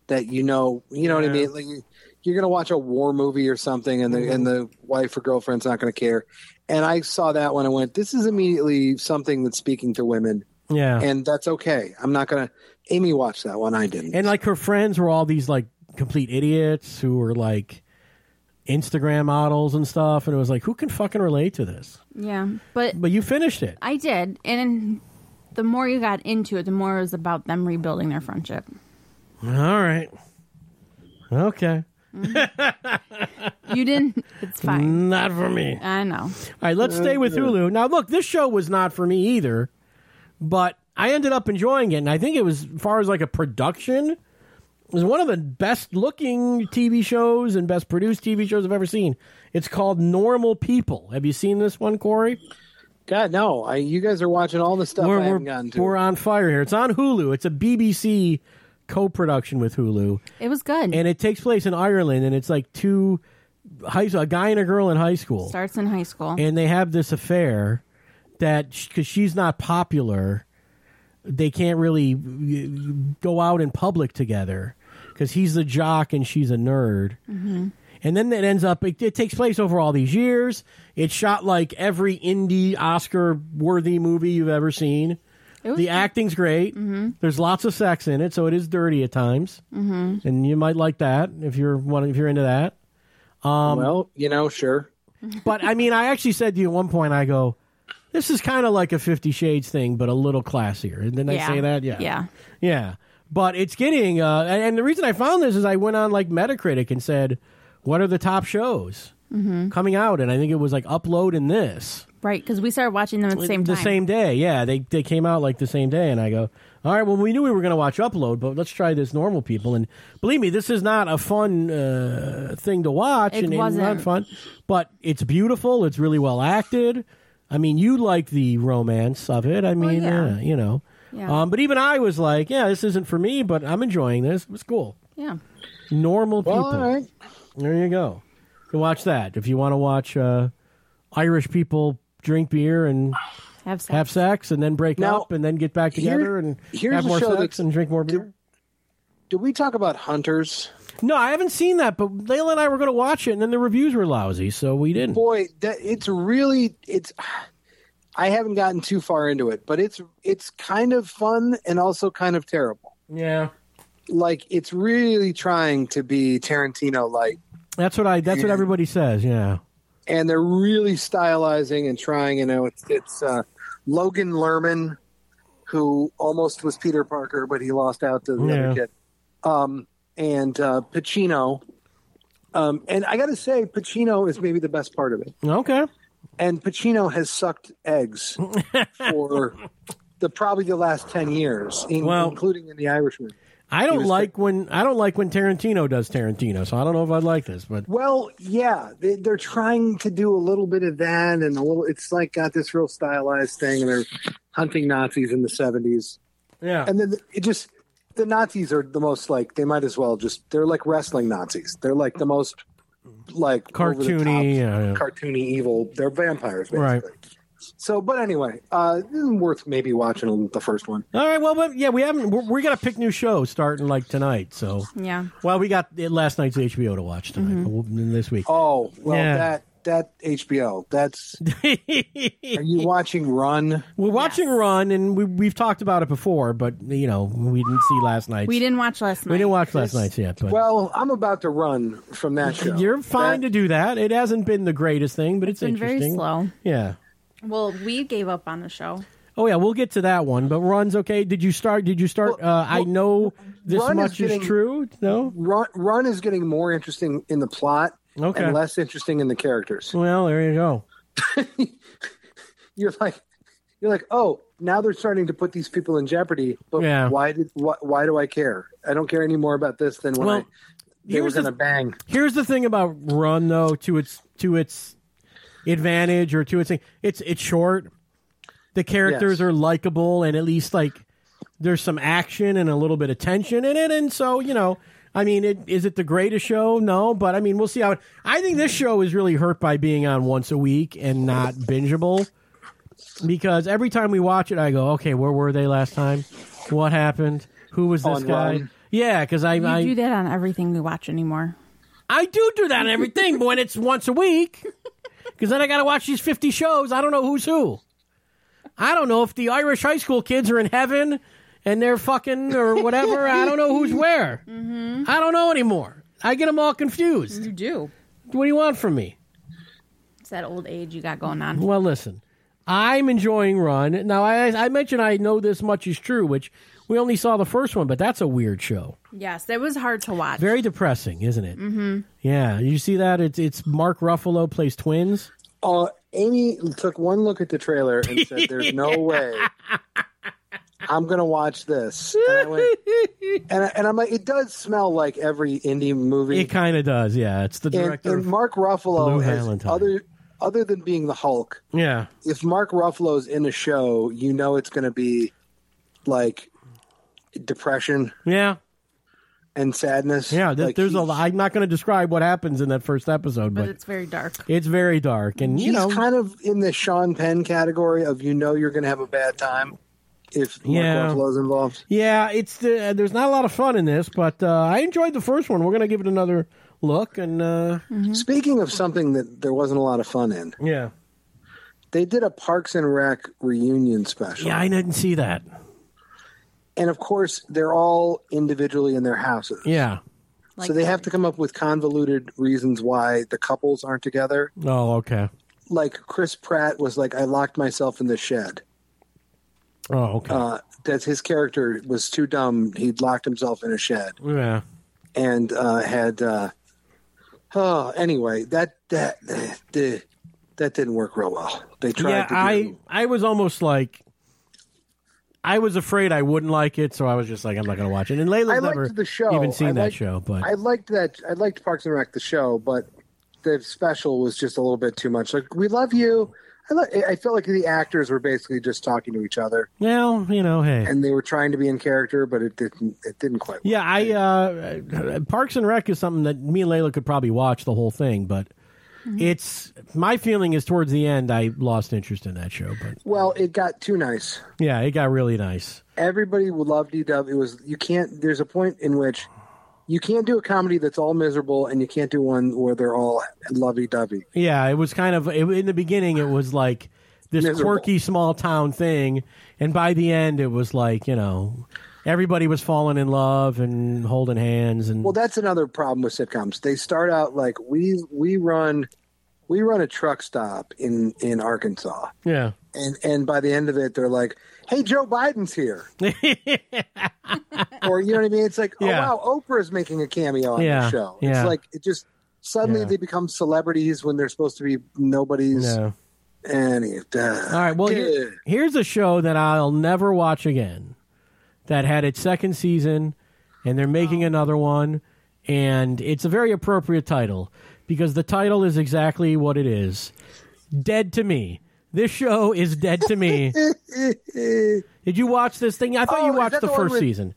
that you know, you know what I mean. Like, you- you're gonna watch a war movie or something, and the
Mm-hmm.
and the wife or girlfriend's not gonna care. And I saw that when I went, this is immediately something that's speaking to women,
Yeah, and,
and that's okay. I'm not gonna. Amy watched that one. I didn't.
like her friends were all these like complete idiots who were like Instagram models and stuff, and it was like, who can fucking relate to this?
yeah, but
But you finished it.
I did, and the more you got into it, the more it was about them rebuilding their friendship.
All right. Okay.
You didn't. It's fine.
Not for me.
I know.
All right, let's stay with Hulu. Now, look, this show was not for me either, but I ended up enjoying it, and I think it was as far as like a production is one of the best looking TV shows and best produced TV shows I've ever seen. It's called Normal People. Have you seen this one, Corey?
God, no. I, you guys are watching all the stuff
we're,
I haven't
we're,
gotten to.
we're on fire here. It's on Hulu. It's a BBC co production with Hulu.
It was good.
And it takes place in Ireland, and it's like two high, a guy and a girl in high school.
Starts in high school.
and they have this affair that because she's not popular, they can't really uh, go out in public together because he's a jock and she's a nerd. And then it ends up, it, it takes place over all these years. It's shot like every indie Oscar worthy movie you've ever seen.
was
The acting's great. There's lots of sex in it, so it is dirty at times, mm-hmm. and you might like that if you're one if you're into that um,
well, you know, sure.
but I mean, I actually said to you at one point, I go, this is kind of like a Fifty Shades thing, but a little classier. And then I
Yeah.
say that, yeah,
Yeah.
yeah. But it's getting, uh, and, and the reason I found this is I went on like Metacritic and said, what are the top shows
Mm-hmm.
coming out? And I think it was like Upload and this
Right, because we started watching them at the same
the
time.
same day. Yeah, they they came out like the same day, and I go, all right. Well, we knew we were going to watch Upload, but let's try this normal people. And believe me, this is not a fun uh, thing to watch,
It
and it's not
wasn't.
fun. But it's beautiful. It's really well acted. I mean, you like the romance of it. I mean,
Oh, yeah.
yeah, you know.
Yeah.
Um, but even I was like, yeah, this isn't for me, but I'm enjoying this. It's cool.
Yeah.
Normal
Well,
people.
all right.
There you go. You can watch that if you want to watch uh, Irish people drink beer and
Have sex.
have sex and then break
Now,
up and then get back
here-
together and
here's
have
a
more
show
sex
that's-
and drink more beer.
Did we talk about hunters?
No, I haven't seen that, but Layla and I were going to watch it, and then the reviews were lousy, so we didn't.
Boy, that it's really it's. I haven't gotten too far into it, but it's it's kind of fun and also kind of terrible.
Yeah,
Like it's really trying to be Tarantino like,
that's what I. That's what
Yeah.
everybody says. Yeah,
and they're really stylizing and trying. You know, it's it's uh, Logan Lerman, who almost was Peter Parker, but he lost out to the
Yeah.
other kid, um, and uh, Pacino. Um, and I got to say, Pacino is maybe the best part of it.
okay.
and Pacino has sucked eggs for the probably the last ten years, in,
Well-
including in The Irishman.
I don't
was
like when I don't like when Tarantino does Tarantino, so I don't know if I'd like this, but
Well, yeah, they, they're trying to do a little bit of that, and a little. It's like got this real stylized thing, and they're hunting Nazis in the seventies,
yeah,
and then it just the Nazis are the most like they might as well just they're like wrestling Nazis. They're like the most like
Cartoony, yeah, yeah.
over-the-top, cartoony evil. They're vampires, basically.
Right.
So, but anyway, uh, this is worth maybe watching the first one.
all right. Well, but yeah, we haven't. We're, we're gonna pick new shows starting like tonight. So
Yeah.
well, we got uh, last night's HBO to watch tonight but we'll- this week.
Mm-hmm. Oh well,
Yeah.
that that HBO. That's are you watching Run?
We're watching Run, and we, we've talked about it before, but you know we didn't see last night.
We didn't watch last night.
We didn't watch last night's yet, but
Well, I'm about to run from that show.
you're fine
That-
to do that. It hasn't been the greatest thing, but it's,
It's been very
interesting.
slow.
Yeah.
Well, we gave up on the show.
Oh yeah, we'll get to that one. But Run's okay. Did you start? Did you start? uh, I know this
Run is
much is,
getting-
true. No.
Run, Run is getting more interesting in the plot
Okay.
and less interesting in the characters.
Well, there you go.
You're like, you're like, oh, now they're starting to put these people in jeopardy. But
Yeah.
why did why, why do I care? I don't care any more about this than when
Well,
I, they were
here's the-
going to bang.
Here's the thing about Run though, to its to its advantage or to its thing, it's it's short. The characters
Yes.
are likable and at least like there's some action and a little bit of tension in it, and so you know, I mean, it, is it the greatest show? No, but I mean, we'll see how. It, I think this show is really hurt by being on once a week and not bingeable because every time we watch it, I go, okay, where were they last time? What happened? Who was this
On
guy?
Run.
Yeah, because I,
You
I
do that on everything we watch anymore.
I do do that and everything, but when it's once a week, because then I got to watch these 50 shows. I don't know who's who. I don't know if the Irish high school kids are in heaven and they're fucking or whatever. I don't know who's where. I don't know anymore. I get them all confused.
You do.
What do you want from me?
It's that old age you got going on.
Well, listen, I'm enjoying Run. Now, I, I mentioned I know this much is true, which we only saw the first one, but that's a weird show.
Yes, that was hard to watch.
Very depressing, isn't it? Mm-hmm. Yeah. You see that? It's, it's Mark Ruffalo plays twins.
Uh, Amy took one look at the trailer and said, "There's no way I'm gonna watch this. And, I went, and, I- and I'm like, it does smell like every indie movie.
It kind of does, yeah. It's the
and,
director.
and
of-
Mark Ruffalo
Blue
has
Valentine.
other other than being the Hulk.
yeah,
If Mark Ruffalo's in a show, you know it's gonna be like depression
yeah,
and sadness.
yeah. th-
Like,
there's a
he's-
lot. I'm not going to describe what happens in that first episode, but,
But it's very dark.
it's very dark, and you
he's
know,
kind of in the Sean Penn category of you know you're gonna have a bad time if Mark
Yeah.
Ruffalo's involved.
yeah, it's the, uh, there's not a lot of fun in this, but uh, I enjoyed the first one. We're going to give it another look, and uh,
Speaking of something that there wasn't a lot of fun in,
yeah,
they did a Parks and Rec reunion special.
yeah, I didn't see that.
and of course they're all individually in their houses
Yeah.
so they have to come up with convoluted reasons why the couples aren't together
Oh, okay.
like chris pratt was like i locked myself in the shed
Oh, okay.
uh, that's his character was too dumb he'd locked himself in a shed
yeah.
and uh, had uh, oh anyway that that that, that didn't work real well they tried
Yeah,
to do,
I I was almost like I was afraid I wouldn't like it, so I was just like, I'm not going to watch it. And
I
Layla's
liked
never
the show.
even seen
I
that
liked-
show, but
I liked that. I liked Parks and Rec, the show, but the special was just a little bit too much. Like, we love you. I, li- I felt like the actors were basically just talking to each other,
well, you know, hey,
and they were trying to be in character, but it didn't. It didn't quite. Work.
yeah, I uh, Parks and Rec is something that me and Layla could probably watch the whole thing, but it's my feeling is towards the end I lost interest in that show, but
Well, it got too nice.
yeah, it got really nice.
Everybody loved EW. It was you can't. There's a point in which you can't do a comedy that's all miserable, and you can't do one where they're all E lovey-dovey.
Yeah, it was kind of it, in the beginning. It was like this
Miserable.
quirky small town thing, and by the end, it was like you know everybody was falling in love and holding hands and
Well, that's another problem with sitcoms. They start out like we we run we run a truck stop in in Arkansas,
yeah.
and and by the end of it, they're like, "Hey, Joe Biden's here," or you know what I mean? It's like,
Yeah.
"Oh wow, Oprah's making a cameo on
Yeah,
the show."
yeah.
It's like it just suddenly
Yeah.
they become celebrities when they're supposed to be nobodies.
No.
Any
All right. Well, here- here's a show that I'll never watch again. That had its second season, and they're making another one, and it's a very appropriate title because the title is exactly what it is. Dead to me. This show is dead to me. Did you watch this thing? I thought
Oh,
you
is
watched
that
the,
the one
first
with-
season.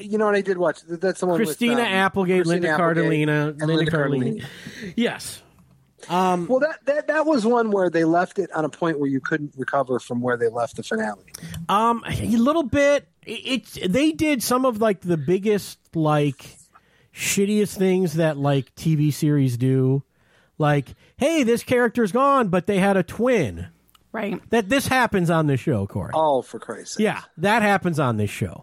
you know what I did watch? That's the one.
Christina
with, um,
Applegate,
Christina
Linda
Applegate
Cardellina,
and
Linda, Cardellini. Yes.
Well, that, that that was one where they left it on a point where you couldn't recover from where they left the finale.
Um, a little bit. It, it they did some of like the biggest like shittiest things that like TV series do. Like, hey, this character's gone, but they had a twin.
Right.
That this happens on this show, Corey.
Oh, for Christ's sake!
Yeah, that happens on this show.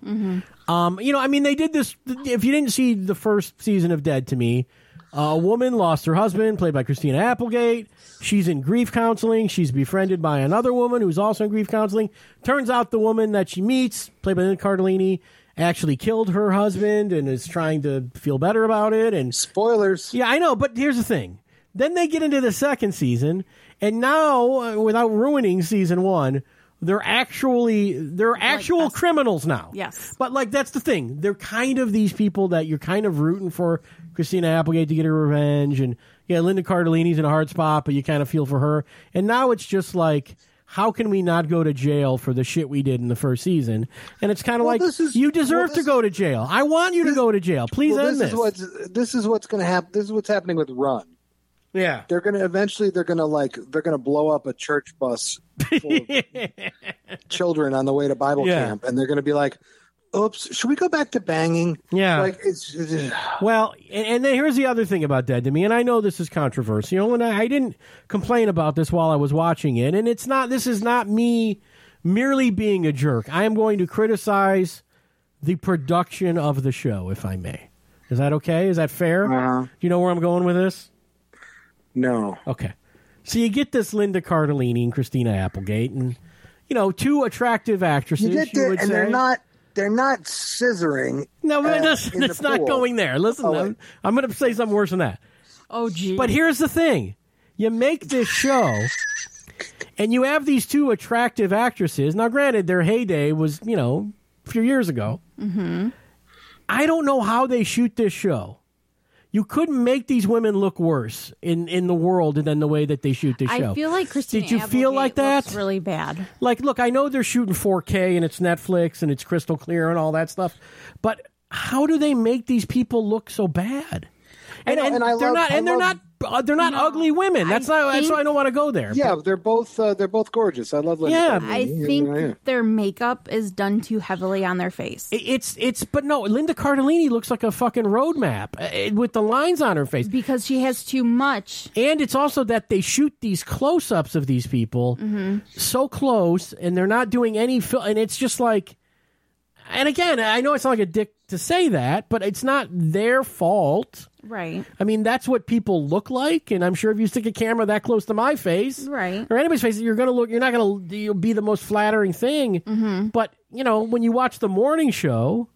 Um, you know, I mean, they did this. If you didn't see the first season of Dead to Me, a woman lost her husband, played by Christina Applegate. She's in grief counseling. She's befriended by another woman who's also in grief counseling. Turns out the woman that she meets, played by Linda Cardellini, actually killed her husband and is trying to feel better about it. And
Spoilers.
yeah, I know, but here's the thing. Then they get into the second season, and now uh, without ruining season one, they're actually they're actual
us.
criminals now.
Yes.
but like that's the thing. They're kind of these people that you're kind of rooting for Christina Applegate to get her revenge, and yeah, Linda Cardellini's in a hard spot, but you kind of feel for her. And now it's just like. How can we not go to jail for the shit we did in the first season? And it's kind of like
this is-
you
well,
deserve to
this-
go to jail. I want you to go to jail. Please
Well,
end
this
this.
is what's this is what's going to happen. This is what's happening with Run.
yeah,
They're going to eventually. They're going to like. They're going to blow up a church bus full of children on the way to Bible
Yeah.
camp, and they're going to be like, "Oops, should we go back to banging?"
Yeah.
Like it's. it's-
Well, and, and then here's the other thing about Dead to Me, and I know this is controversial, and I, I didn't complain about this while I was watching it, and it's not. This is not me merely being a jerk. I am going to criticize the production of the show, if I may. Is that okay? Is that fair?
Uh-huh.
Do you know where I'm going with this?
no.
Okay. So you get this Linda Cardellini and Christina Applegate, and you know two attractive actresses.
You get
you
that,
would
and they're
say.
not. They're not scissoring.
No, but
uh,
listen,
in the
it's not
pool.
going there. Listen,
Oh,
I'm,
wait.
I'm going to say something worse than that.
Oh, gee.
But here's the thing: you make this show, And you have these two attractive actresses. Now, granted, their heyday was, you know, a few years ago.
Mm-hmm.
I don't know how they shoot this show. You couldn't make these women look worse in, in the world than the way that they shoot this show.
I feel like Christina
Did you feel
Applegate
like that?
looks really bad.
Like, look, I know they're shooting 4K and it's Netflix and it's crystal clear and all that stuff, but how do they make these people look so bad? And,
know,
and,
and I
they're
love-
not
I
and they're
love-
not uh, they're not ugly women. That's
I
not that's why I don't want to go there.
Yeah, they're both uh, they're both gorgeous. I love Linda.
Yeah.
Cardellini.
I
Yeah,
think
yeah.
their makeup is done too heavily on their face.
It- It's it's but no, Linda Cardellini looks like a fucking road map uh, with the lines on her face.
because she has too much.
And it's also that they shoot these close-ups of these people so close, and they're not doing any fil- and it's just like. And again, I know it's not like a dick to say that, but it's not their fault.
Right.
I mean, that's what people look like, and I'm sure if you stick a camera that close to my face,
Right.
or anybody's face, you're gonna look. You're not gonna you'll be the most flattering thing. But you know, when you watch the morning show,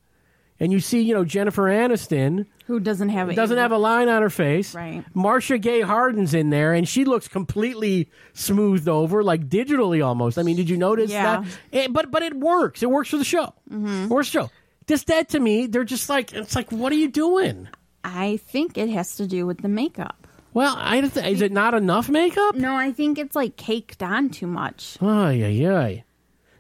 and you see you know Jennifer Aniston
Who doesn't have it?
doesn't have a line on her face.
Right.
Marcia Gay Harden's in there, and she looks completely smoothed over, like digitally almost. I mean, did you notice
Yeah. Mm-hmm.
that? It- but but it works. It works for the show. It Works for the show. Just that to me, they're just like it's like, what are you doing?
I think it has to do with the makeup.
Well, I don't thi- is it not enough makeup?
No, I think it's like caked on too much.
Oh yeah, yeah.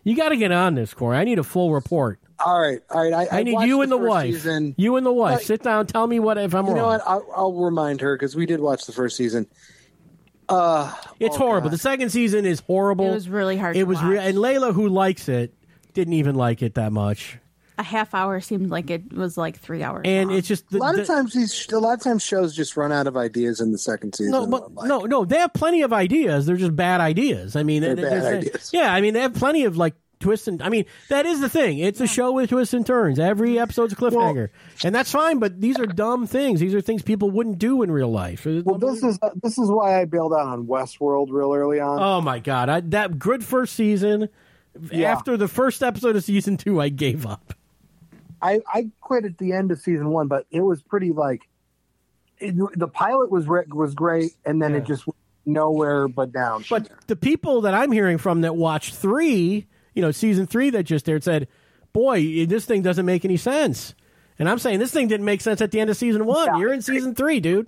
You got to get on this, Corey. I need a full report.
All right,
All right, I,
I, need
watched
you and the,
first
wife.
Season.
You and the wife. Sit down. Tell me what if I'm
You
wrong.
know what? I'll, I'll remind her because we did watch the first season.
It's
Oh,
horrible. The second season is horrible.
It was really hard
It
to
was re-
watch.
and Layla, who likes it, didn't even like it that much.
A half hour seemed like it was like three hours.
And
long.
it's just the,
A lot
the,
of times these, a lot of times shows just run out of ideas in the second season.
No, but no, no. They have plenty of ideas. They're just bad ideas. I mean,
bad
there's-
ideas.
Yeah, I mean, they have plenty of like twists and. I mean, that is the thing. It's a show with twists and turns. Every episode's a cliffhanger, and that's fine. But these are dumb things. These are things people wouldn't do in real life.
Well, this is uh, this is why I bailed out on Westworld real early on.
oh my god, I, that good first season.
Yeah.
After the first episode of season two, I gave up.
I, I quit at the end of season one, but it was pretty like it, the pilot was re- was great, and then
Yeah.
it just went nowhere but down.
But the people that I'm hearing from that watched three, you know, season three that just aired said, boy, this thing doesn't make any sense. And I'm saying this thing didn't make sense at the end of season one.
Yeah.
You're in season three, dude.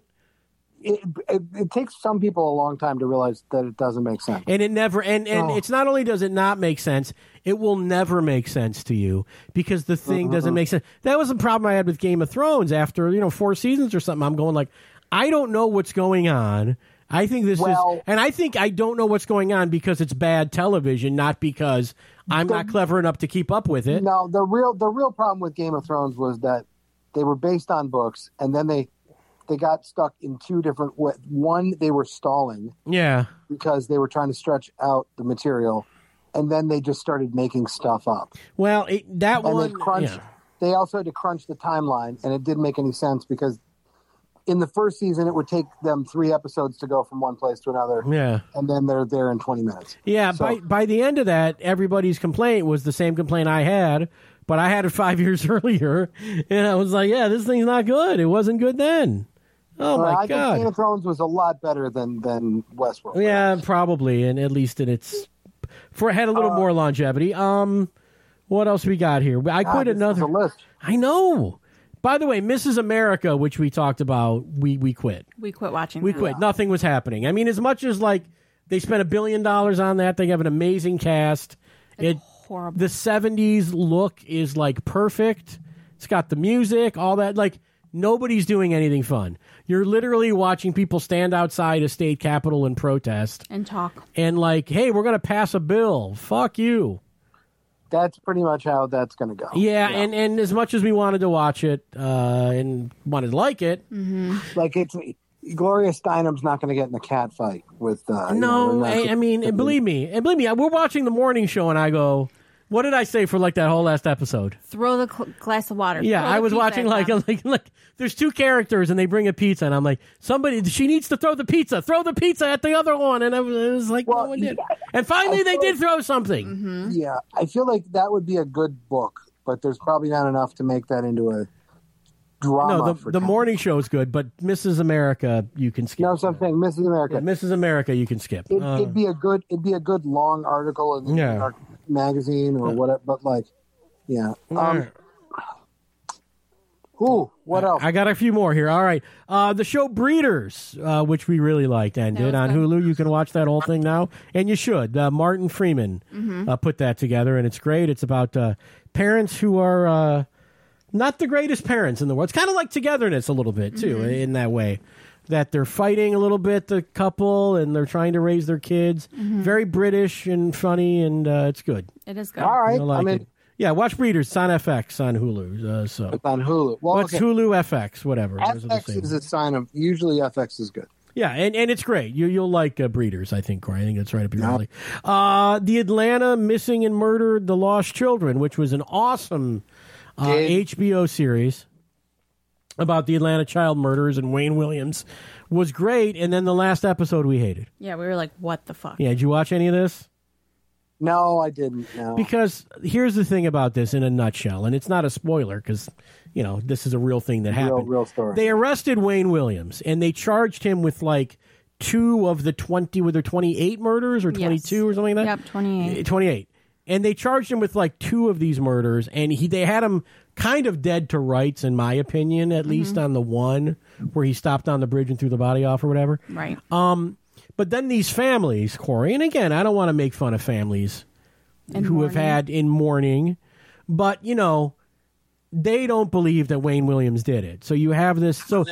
it, it, it takes some people a long time to realize that it doesn't make sense.
And it never and, and
Oh.
it's not only does it not make sense, it will never make sense to you because the thing doesn't make sense. That was the problem I had with Game of Thrones after, you know, four seasons or something. I'm going like, I don't know what's going on. I think this is
Well-
and I think I don't know what's going on because it's bad television, not because I'm not clever enough to keep up with it.
No, the real the real problem with Game of Thrones was that they were based on books, and then they they got stuck in two different. wa- One, they were stalling
Yeah.
because they were trying to stretch out the material, and then they just started making stuff up.
Well, it, that
and
one
they crunched.
yeah.
They also had to crunch the timeline, and it didn't make any sense because in the first season it would take them three episodes to go from one place to another,
Yeah.
and then they're there in twenty minutes.
Yeah,
So-
by by the end of that, everybody's complaint was the same complaint I had, but I had it five years earlier, and I was like, "Yeah, this thing's not good. It wasn't good then." Oh
Uh,
my
I think Game
god!
of Thrones was a lot better than than Westworld.
Yeah, probably, and at least in its for it had a
Uh,
little more longevity. Um, what else we got here? I
God,
put
this is
another.
a list.
I know. By the way, Mrs. America, which we talked about, we we quit.
we quit watching.
We
that.
quit. Nothing was happening. I mean, as much as like they spent a billion dollars on that, they have an amazing cast. It
Horrible.
the '70s look is like perfect. It's got the music, all that. Like nobody's doing anything fun. You're literally watching people stand outside a state capitol and protest,
and talk.
and like, hey, we're gonna pass a bill. Fuck you.
That's pretty much how that's going to go.
Yeah, and and as much as we wanted to watch it uh, and wanted to like it,
like it's Gloria Steinem's not going to get in a cat fight with. Uh, you know,
No,
they're not-
I, I mean, and believe me, and believe me, I- we're watching the morning show, and I go, "What did I say for like that whole last episode?"
Throw the cl- glass of water.
Yeah,
Throw the
I was
pizza
watching
at
like,
them.
like like there's two characters, and they bring a pizza, and I'm like, "Somebody, she needs to throw the pizza. Throw the pizza at the other one," and I was, it was like,
Well,
"No one did."
yeah. Mm-hmm.
And finally, they did throw something.
yeah, I feel like that would be a good book, but there's probably not enough to make that into a drama.
No,
for
the, the
time.
morning show is good, but Mrs. America you can skip.
You know what I'm saying? Mrs. America.
Yeah, Mrs. America you can skip.
it,
Uh,
it'd be a good it'd be a good long article in the
Yeah.
New York magazine or whatever. But like, yeah. Um, who? What else?
I got a few more here. All right. Uh, the show Breeders, uh, which we really liked and did on Hulu. You can watch that whole thing now, and you should. Uh, Martin Freeman
Mm-hmm.
uh, put that together, and it's great. It's about uh, parents who are uh, not the greatest parents in the world. It's kind of like togetherness a little bit, too,
Mm-hmm.
in that way. That they're fighting a little bit, the couple, and they're trying to raise their kids.
Mm-hmm.
Very British and funny, and uh, it's good.
It is good.
All right.
You'll
I
like
mean,
it. Yeah, watch Breeders. It's on FX on Hulu. Uh, so.
it's on Hulu. Well,
What's
okay.
Hulu FX? Whatever. Those are the same.
FX is a sign of usually FX is good.
Yeah, and, and it's great. You you'll like uh, Breeders, I think, Corey. I think that's right up your alley. Uh, the Atlanta Missing and Murdered: The Lost Children, which was an awesome uh,
Did-
HBO series about the Atlanta child murders and Wayne Williams, was great. And then the last episode we hated.
Yeah, we were like, what the fuck?
Yeah, did you watch any of this?
No, I didn't. No.
Because here's the thing about this in a nutshell, and it's not a spoiler because, you know, this is a real thing that happened.
real story.
They arrested Wayne Williams and they charged him with like two of the 20, were there 28 murders or 22 or something like that?
Yep, 28.
Eh, 28. And they charged him with like two of these murders, and he they had him kind of dead to rights, in my opinion, at least on the one where he stopped on the bridge and threw the body off or whatever.
Right.
But then these families, Corey, and again, I don't want to make fun of families who have had in mourning, but you know, they don't believe that Wayne Williams did it. So you have this. So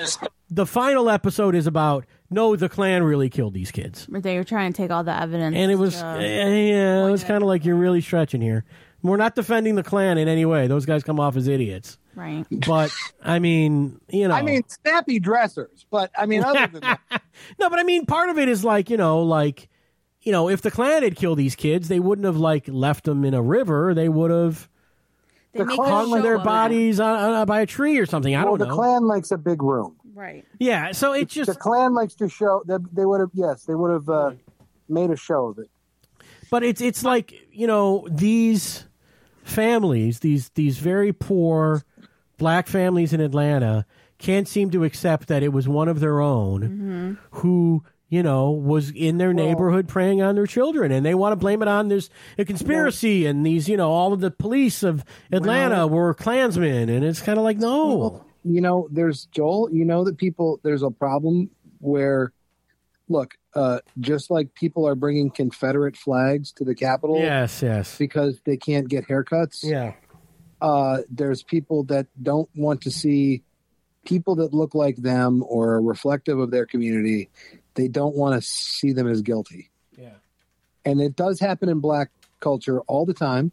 the final episode is about no, the Klan really killed these kids,
Where they were trying to take all the evidence.
and it was
to-
yeah, yeah, it was kind of like you're really stretching here. We're not defending the Klan in any way. Those guys come off as idiots,
right.
but I mean, you know,
I mean, snappy dressers, but I mean, other than that,
No, but I mean, part of it is like you know, like you know, if the Klan had killed these kids, they wouldn't have like left them in a river. They would have
They make a
hung
show
their
of it.
bodies on, on, by a tree or something. I
well,
don't
the
know.
Klan likes a big room.
Right.
yeah, so it's just,
The Klan likes to show that they would have. Yes, they would have uh, made a show of it.
but it's it's like you know these families, these these very poor black families in Atlanta can't seem to accept that it was one of their own who you know was in their neighborhood preying on their children and they want to blame it on this a conspiracy and these you know all of the police of atlanta were klansmen and it's kind of like no
you know, there's Joel, you know that people there's a problem where look, uh just like people are bringing Confederate flags to the Capitol
yes yes
because they can't get haircuts,
yeah
uh there's people that don't want to see people that look like them or are reflective of their community. They don't want to see them as guilty.
yeah
And it does happen in black culture all the time.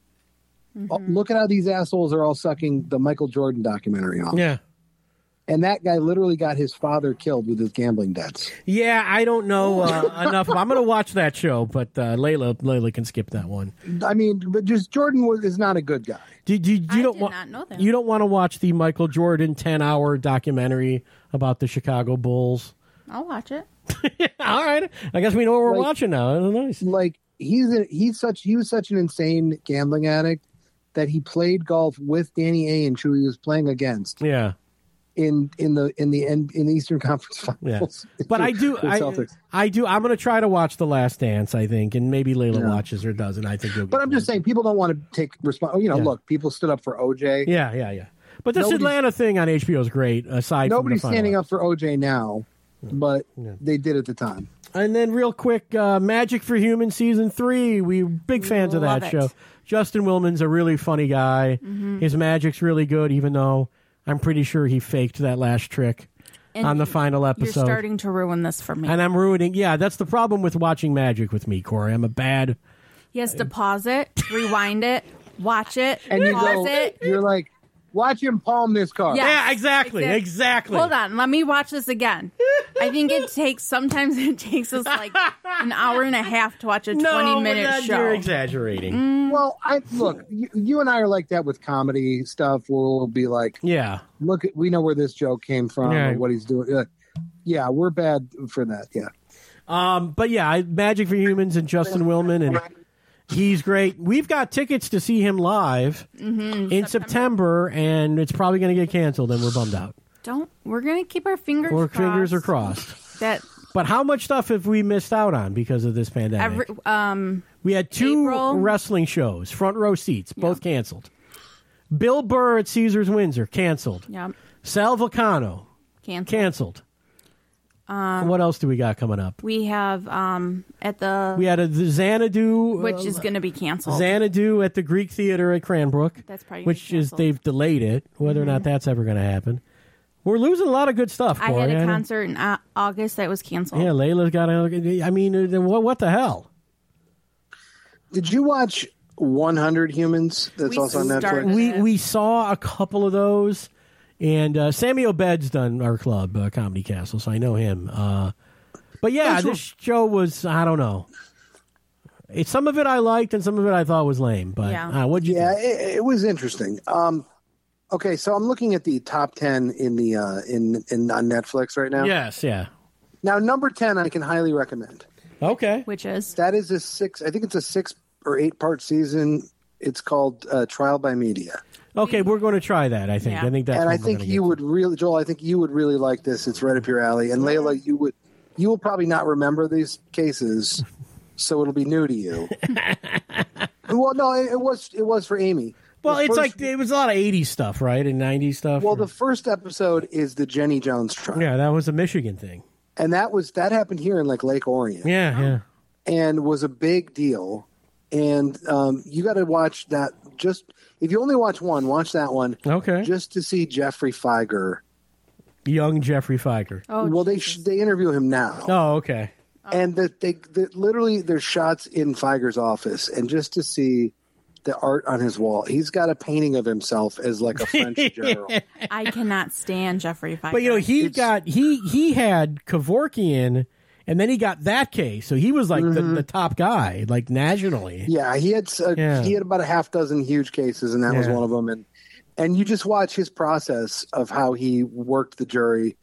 Oh, Look at how these assholes are all sucking the Michael Jordan documentary off.
yeah
And that guy literally got his father killed with his gambling debts.
yeah i don't know uh, enough i'm gonna watch that show but uh, layla layla can skip that one
I mean, but just Jordan was is not a good guy.
Did you, you
I
don't
did
wa-
not know that.
You don't want to watch the Michael Jordan ten hour documentary about the Chicago Bulls.
I'll watch it.
All right, I guess we know what we're
Like-
watching now. Oh, Nice.
Like he's a, he's such he was such an insane gambling addict that he played golf with Danny Ainge, who he was playing against
Yeah,
in in the in the in, in the Eastern Conference
yeah.
Finals.
But I do,
with
I,
Celtics.
I do. I'm going to try to watch The Last Dance. I think, and maybe Layla
Yeah.
watches or doesn't. I think. You'll
But I'm just saying, people don't want to take response. You know,
Yeah.
look, people stood up for OJ.
Yeah, yeah, yeah. But this
Nobody's-
Atlanta thing on HBO is great. Aside
Nobody's
from the final
standing up for OJ now, but they did at the time.
And then, real quick, uh, Magic for Human season three. We big fans of
Love
that
it. Mm-hmm.
show. Justin Willman's a really funny guy. His magic's really good, even though I'm pretty sure he faked that last trick
And
on the final
You're
episode.
starting to ruin this for me.
and I'm ruining. Yeah, that's the problem with watching magic with me, Corey. I'm a bad.
He has to pause it, rewind it, watch it,
And you
pause
go,
it.
you're like, watch him palm this card.
Yeah.
Yeah, exactly,
Exact-
exactly.
Hold on, let me watch this again. I think it takes sometimes it takes us like an hour and a half to watch a
No,
twenty
we're
minute
not-
show. Mm.
you're exaggerating.
Well, I look, you, you and I are like that with comedy stuff. Where we'll be like,
Yeah,
look, we know where this joke came from
Yeah.
or what he's doing. Uh, yeah, we're bad for that. Yeah.
um, but yeah, I, Magic for Humans and Justin Willman and. He's great. We've got tickets
Mm-hmm.
to see him live in September, and it's probably going to get canceled, and we're bummed out.
Don't. We're gonna keep our fingers.
Or
crossed
fingers are crossed.
That
But how much stuff have we missed out on because of this pandemic?
every um
we had two
April-
wrestling shows, front row seats, both canceled. Bill Burr at Caesars Windsor canceled.
yeah
Sal Vulcano
canceled.
canceled. Um, what else do we got coming up?
We have um at the
We had a the Xanadu,
which
uh,
is gonna be canceled.
Xanadu at the Greek Theater at Cranbrook.
That's probably gonna
which
be
is
canceled. Mm-hmm.
they've delayed it. Whether or not that's ever going to happen, we're losing a lot of good stuff.
I had
Corey.
a
know-
concert in uh, August that was canceled.
Yeah, Layla's got another. I mean, uh, then what? What the hell?
Did you watch 100 Humans? That's
We
also on
started-
Netflix.
we
Yeah.
we saw a couple of those, and uh, Sammy Obed's done our club uh, Comedy Castle, so I know him. Uh, but yeah,
Those were-
this show was I don't know. It, some of it I liked, and some of it I thought was lame. But
Yeah.
uh, what'd you?
Yeah,
think?
it, it was interesting. Um, okay, so I'm looking at the top 10 in the uh, in in on Netflix right now.
Yes. Yeah.
Now, number 10, I can highly recommend.
Okay.
Which is
That is a six. I think it's a six or eight part season. It's called uh, Trial by Media,
Okay, we're going to try that. I think.
Yeah.
I think that's.
and I
what we're
think
gonna
you
get.
would really, Joel. I think you would really like this. It's right up your alley. And Layla, you would, you will probably not remember these cases, so it'll be new to you. well, no, it, it was it was for Amy.
Well,
The
it's
first-
like it was a lot of '80s stuff, right, and '90s stuff.
well,
or-
the first episode is the Jenny Jones trial,
yeah, that was a Michigan thing.
and that was that happened here in like Lake Orion.
Yeah, yeah.
and was a big deal. And um, you got to watch that. Just if you only watch one, watch that one
Okay.
just to see Jeffrey Feiger.
Young Jeffrey Fiker.
oh
well, they sh- they interview him now,
Oh, okay.
and that they that literally there's shots in Feiger's office, and just to see the art on his wall. He's got a painting of himself as like a French general.
I cannot stand Jeffrey Fife.
But you know, he
It's-
got he he had Kevorkian, and then he got that case, so he was like
Mm-hmm.
the, the top guy, like nationally.
Yeah, he had s- uh
Yeah.
he had about a half dozen huge cases, and that was
Yeah.
one of them. And and you just watch his process of how he worked the jury,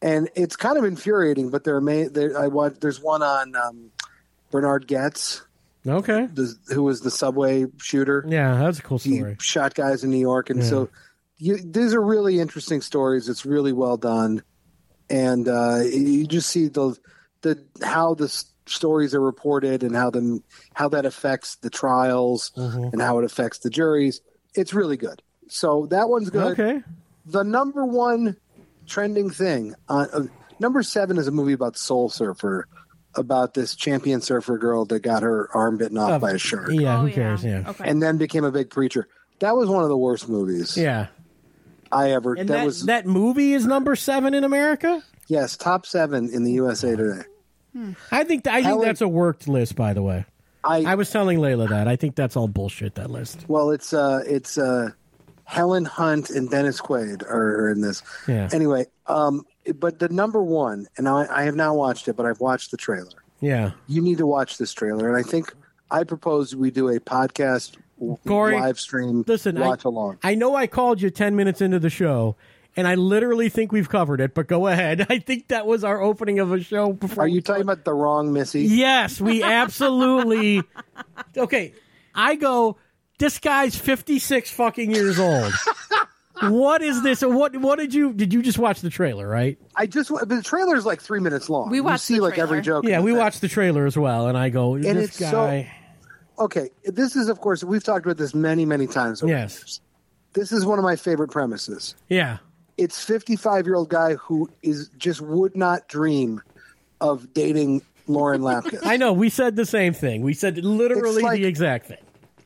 and it's kind of infuriating. But there are ma- there, I watch, there's one on um, Bernard Getz,
Okay.
the, who was the subway shooter.
Yeah, that's a cool
He
story.
shot guys in New York, and
Yeah.
so you, these are really interesting stories. It's really well done, and uh, you just see the the how the s- stories are reported and how them how that affects the trials
Mm-hmm.
and how it affects the juries. It's really good. So that one's good.
Okay.
The number one trending thing on uh, number seven is a movie about Soul Surfer. About this champion surfer girl that got her arm bitten off
Oh,
by a shark
Yeah.
Oh,
who cares? Yeah. Yeah.
Okay.
and then became a big preacher. That was one of the worst movies I ever. That,
And that, that,
was
movie is number seven in America.
yes, top seven in the USA Today.
I think th- I think
Howard-
that's a worked list, by the way.
I,
I was telling Layla that. I think that's all bullshit. That list.
well, it's uh, it's uh, Helen Hunt and Dennis Quaid are, are in this.
Yeah.
Anyway, um, but the number one, and I, I have not watched it, but I've watched the trailer.
Yeah.
You need to watch this trailer, and I think I propose we do a podcast w-
Corey,
live stream.
Listen,
watch
I,
along.
I know I called you 10 minutes into the show, and I literally think we've covered it, but go ahead. I think that was our opening of a show before.
Are you talking about the wrong Missy?
Yes, we absolutely. okay, I go, this guy's 56 fucking years old. what is this? What What did you. Did you just watch the trailer, right?
I just but the trailer's like three minutes long.
We
You
watched
see
the
like every
trailer.
joke. in
Yeah,
the
we
thing.
watched the trailer as well, and I go, this
it's so-
guy.
okay, this is of course we've talked about this many, many times.
yes.
This is one of my favorite premises.
Yeah.
It's 55-year-old guy who is just would not dream of dating Lauren Lapkus.
I know. We said the same thing. We said literally
like-
the exact thing.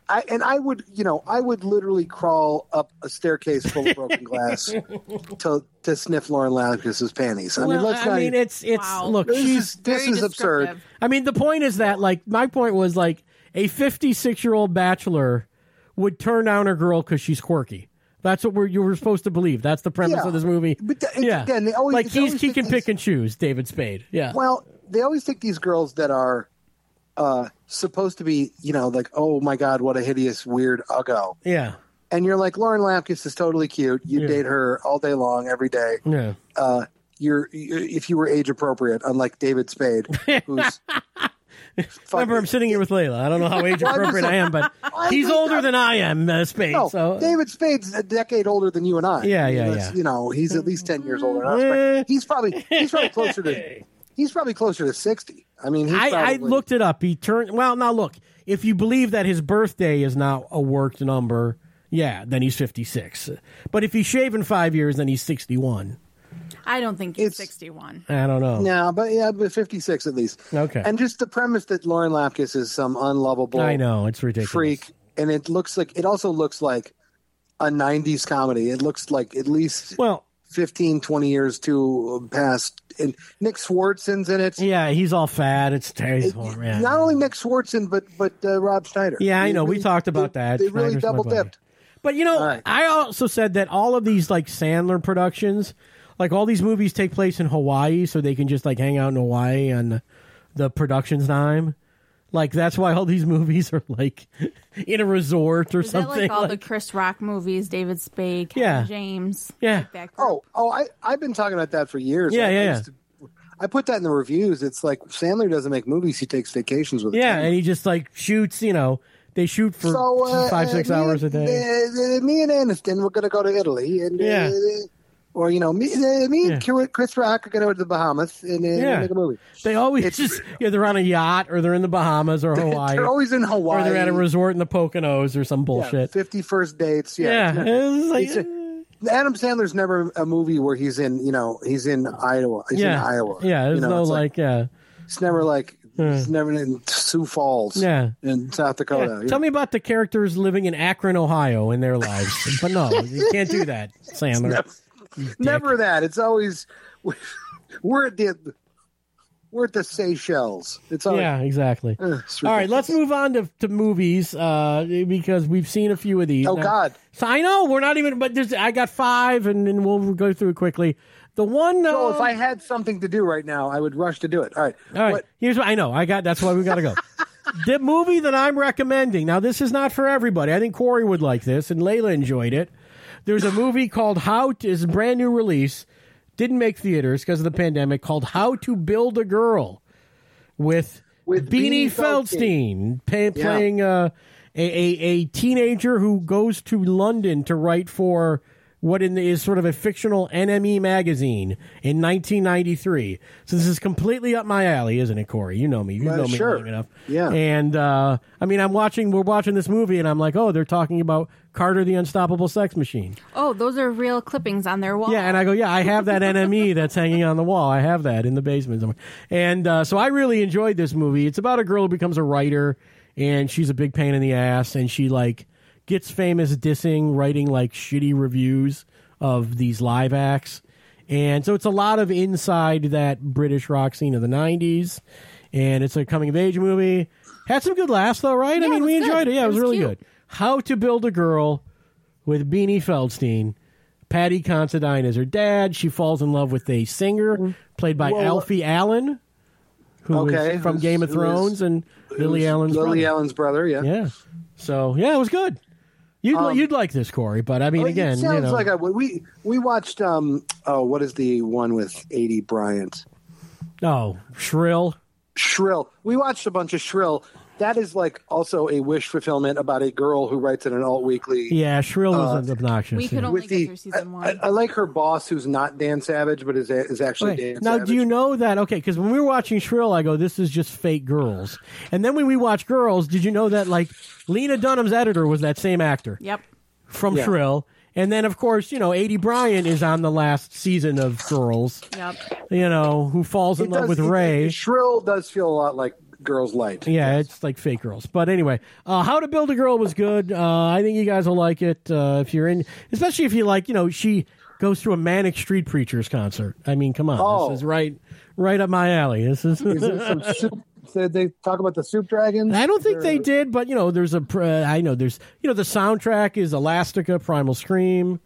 I, and I would, you know, I would literally crawl up a staircase full of broken glass to to sniff Lauren Lapkus's panties. I mean,
Well,
let's not
I mean,
even-
it's it's
Wow.
look.
this
She's
is this
Very
is absurd.
descriptive.
I mean, the point is that, like, my point was like a 56 year old bachelor would turn down a girl because she's quirky. That's what we're you were supposed to believe. That's the premise
Yeah.
of this movie.
But th- it's- again, they always-
like
it's
he's
always
he can
because-
pick and choose. David Spade. Yeah.
Well, they always think these girls that are uh, supposed to be, you know, like, oh my god, what a hideous, weird uggo.
yeah.
and you're like Lauren Lapkus is totally cute. You
Yeah.
date her all day long, every day.
Yeah.
Uh, you're you- if you were age appropriate, unlike David Spade, who's
Remember, I'm sitting here with Layla. I don't know how age appropriate I am, but he's older than I am, uh, Spade.
No,
so
David Spade's a decade older than you and I.
Yeah, yeah,
you know,
yeah.
You know, he's at least ten years older than us.
Eh.
But he's probably he's probably closer to he's probably closer to sixty. I mean, he's
I, I
probably-
looked it up. He turned well. Now look, if you believe that his birthday is now a worked number, yeah, then he's 56. But if he's shaven five years, then he's 61.
I don't think he's
It's-
61.
I don't know.
No, but yeah, but fifty-six at least.
Okay.
And just the premise that Lauren Lapkus is some unlovable
I know it's ridiculous.
freak, and it looks like it also looks like a '90s comedy. It looks like at least
Well,
15, 20 years too past. And Nick Swartzen's in it.
yeah, he's all fat. It's terrible. Yeah.
Not only Nick Swartzen, but but uh, Rob Schneider.
Yeah, I
They
know. We
really-
talked about
they-
that.
They really
Schneider's my
double
buddy.
dipped.
But you know,
right.
I also said that all of these like Sandler productions, like all these movies take place in Hawaii, so they can just like hang out in Hawaii on the production's time. Like that's why all these movies are like in a resort or
Is that
something.
like all the
like-
Chris Rock movies, David Spade, Kevin
Yeah.
James?
yeah,
That group?
Oh, oh, I I've been talking about that for years.
Yeah,
I,
yeah,
I
yeah.
used to- I put that in the reviews. It's like Sandler doesn't make movies; he takes vacations with. his
yeah,
family.
and he just like shoots. You know, they shoot for
so uh,
five six
me
hours a
and-
day.
uh, uh, me and Aniston, we're going to go to Italy, and
Yeah.
uh, or you know, me, uh, me and Chris Rock are going to go to the Bahamas and uh,
Yeah.
make a movie.
they always
it's-
just yeah, they're on a yacht or they're in the Bahamas or Hawaii
They're always in
or
Hawaii.
they're at a resort in the Poconos or some bullshit.
Fifty first dates. Yeah.
Yeah, it's like-
He's a- Adam Sandler's never a movie where he's in, you know, he's in Iowa. He's
yeah,
in Iowa.
yeah. There's
you know,
no
it's
like, uh, yeah.
it's never like it's never in Sioux Falls.
Yeah.
in South
Yeah,
Dakota.
Tell me about the characters living in Akron, Ohio, in their lives. but no, you can't do that, Sandler.
never that. It's always we're at the we're at the Seychelles. It's always,
Yeah, exactly.
Ugh, it's
All right,
ridiculous.
let's move on to, to movies uh, because we've seen a few of these.
Oh
Now-
God!
So I know we're not even, but there's, I got five, and then we'll go through it quickly. The one, uh,
Well, if I had something to do right now, I would rush to do it. All right.
all right,
What-
here's what I know. I got that's why we got to go. the movie that I'm recommending. Now, this is not for everybody. I think Corey would like this, and Layla enjoyed it. There's a movie called How to, is a brand new release. Didn't make theaters because of the pandemic. Called How to Build a Girl with,
With
Beanie,
Beanie
Feldstein,
Feldstein.
pay,
Yeah.
playing uh, a, a a teenager who goes to London to write for what in the, is sort of a fictional NME magazine in 1993. So this is completely up my alley, isn't it, Corey? You know me. You
Well,
know me
Uh, sure.
long enough.
Yeah.
And uh, I mean, I'm watching. We're watching this movie, and I'm like, oh, they're talking about Carter the Unstoppable Sex Machine.
Oh, those are real clippings on their wall.
Yeah, and I go, yeah, I have that NME that's hanging on the wall. I have that in the basement somewhere. And uh, so I really enjoyed this movie. It's about a girl who becomes a writer, and she's a big pain in the ass, and she like gets famous dissing, writing like shitty reviews of these live acts, and so it's a lot of inside that British rock scene of the '90s, and it's a coming of age movie. Had some good laughs though, right? I mean,
it
we
was good.
enjoyed it. Yeah, it
It
was,
was
really
cute.
good. How to Build a Girl with Beanie Feldstein. Patty Considine is her dad. She falls in love with a singer played by Alfie Allen, who is
Okay,
from
who's-
Game of
who is-
Thrones and Lily Allen's
Lily
brother.
Allen's brother. Yeah.
Yeah. So yeah, it was good. You'd li- you'd like this, Corey, but I mean,
Well,
again,
Um, oh, it
you
sounds
know,
like I would. We we watched. Um. Oh, what is the one with eighty Bryant?
oh, shrill.
Shrill. We watched a bunch of Shrill. That is like also a wish fulfillment about a girl who writes in an alt weekly.
Yeah, shrill was
Uh,
obnoxious.
we
yeah.
could only get
With the,
through season one.
I, I like her boss, who's not Dan Savage, but is is actually
Okay.
Dan.
Now,
Savage.
do you know that? Okay, because when we were watching Shrill, I go, "This is just fake girls." And then when we watched Girls, did you know that like Lena Dunham's editor was that same actor
yep.
from
Yeah.
Shrill? And then, of course, you know, Adi Bryant is on the last season of Girls.
Yep.
You know, who falls in
It
love
does-
with
it-
Ray.
Shrill does feel a lot like Girls Light.
Yeah, it's like fake girls. But anyway, uh, How to Build a Girl was good. Uh, I think you guys will like it uh, if you're in, especially if you like. You know, she goes to a manic street preachers concert. I mean, come on,
Oh.
this is right, right up my alley. This is.
Is there some soup? Did they talk about the soup dragons?
I don't think
They're-
they did, but you know, there's a. pr- Uh, I know there's. You know, the soundtrack is Elastica, Primal Scream,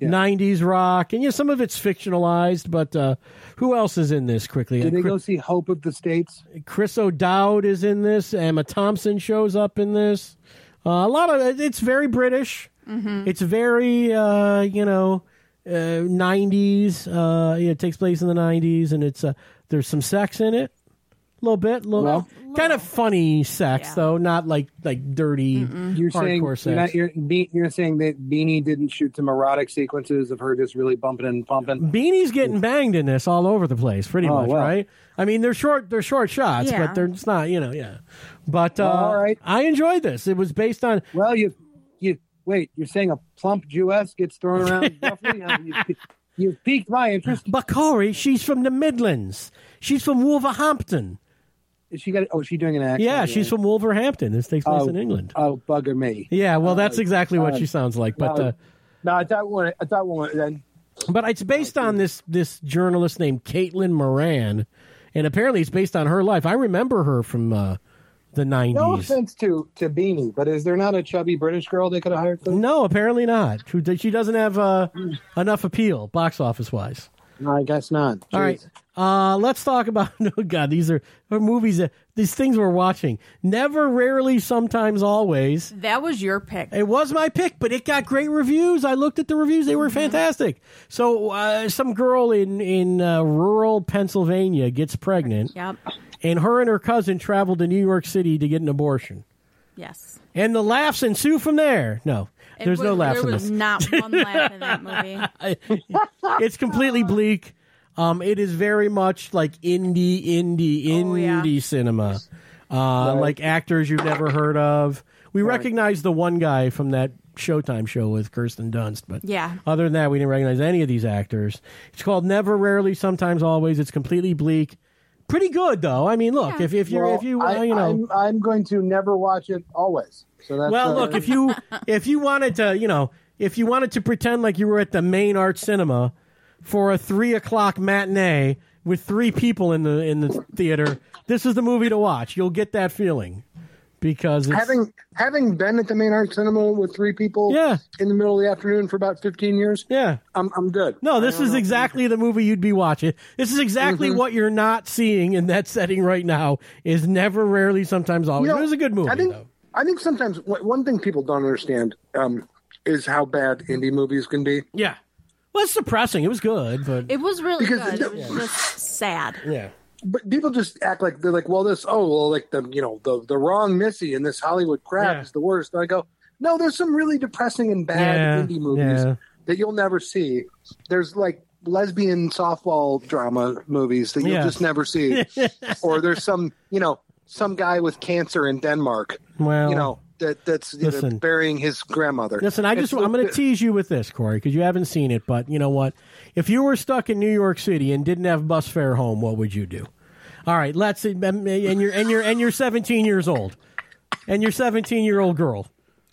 '90s rock, and you know, some of it's fictionalized. But uh, who else is in this? Quickly,
Did
Uh,
they
Chris-
go see Hope of the States?
Chris O'Dowd is in this. Emma Thompson shows up in this. Uh, a lot of it's very British. It's very uh, you know uh, '90s. Uh, you know, it takes place in the '90s, and it's uh, there's some sex in it. little bit, little,
Well-
kind of funny sex
Yeah.
though, not like like dirty
You're
hardcore
saying you're,
sex.
not, you're, Be- you're saying that Beanie didn't shoot some erotic sequences of her just really bumping and pumping.
Beanie's getting banged in this all over the place, pretty
Oh,
much,
wow.
right? I mean, they're short, they're short shots,
Yeah.
but they're it's not, you know, yeah. But uh,
All right.
I enjoyed this. It was based on
Well, you, you wait. You're saying a plump Jewess gets thrown around. roughly? Uh, you, you've piqued my interest.
Bakari. She's from the Midlands. She's from Wolverhampton.
Is she got? Oh, is she doing an accent?
Yeah, she's from Wolverhampton. This takes place
Oh.
in England.
Oh, bugger me.
Yeah, well, that's exactly what
uh,
she sounds like. But
no.
uh,
No, I thought one. I thought one. Then
but it's based on this this journalist named Caitlin Moran, and apparently it's based on her life. I remember her from uh, the
no
nineties.
offense to to Beanie, but is there not a chubby British girl they could have hired? For?
No, apparently not. Who did- She doesn't have uh, enough appeal, box office wise.
No, I guess not.
All right,
Jeez.
uh, let's talk about. No, God, these are, are movies. That, these things we're watching. Never, rarely, sometimes, always.
That was your pick.
It was my pick, but it got great reviews. I looked at the reviews; they were
Mm-hmm.
fantastic. So, uh, some girl in in uh, rural Pennsylvania gets pregnant,
Yep.
and her and her cousin travel to New York City to get an abortion.
Yes.
And the laughs ensue from there. No,
It
there's
was-
no laughs
There
in this.
was not one laugh in that movie.
it's completely bleak. Um, it is very much like indie, indie,
Oh, yeah.
indie cinema. Uh, Like actors you've never heard of. We recognize the one guy from that Showtime show with Kirsten Dunst, but
Yeah.
Other than that, we didn't recognize any of these actors. It's called Never, Rarely, Sometimes, Always. It's completely bleak. Pretty good though. I mean, look if if you
Well,
if you
I,
uh, you know
I'm, I'm going to never watch it always. So that's
well,
uh,
look if you if you wanted to, you know, if you wanted to pretend like you were at the main art cinema for a three o'clock matinee with three people in the in the theater, this is the movie to watch. You'll get that feeling because it's,
having having been at the main art cinema with three people
Yeah.
in the middle of the afternoon for about 15 years
yeah.
i'm, I'm good
No, this is exactly the movie you'd be watching. This is exactly
Mm-hmm.
what you're not seeing in that setting right now. Is never, rarely, sometimes, always.
You know,
it was a good movie.
i think
though.
i think sometimes one one thing people don't understand um, is how bad indie movies can be
Yeah. Well, it's depressing. It was good, but
It was really
Because-
good. It was just sad.
yeah.
but people just act like they're like well this oh well like the you know the the wrong missy and this hollywood crap
Yeah.
is the worst and i go no there's some really depressing and bad
Yeah,
indie movies
yeah.
that you'll never see there's like lesbian softball drama movies that you'll
Yeah.
just never see or there's some you know some guy with cancer in denmark
Well,
you know that that's you know,
Listen.
burying his grandmother
Listen, I
It's
just
the-
I'm going to tease you with this, Corey, because you haven't seen it. But you know what? If you were stuck in New York City and didn't have bus fare home, what would you do? All right, let's and you're and you're and you're 17 years old, and you're 17 year old girl.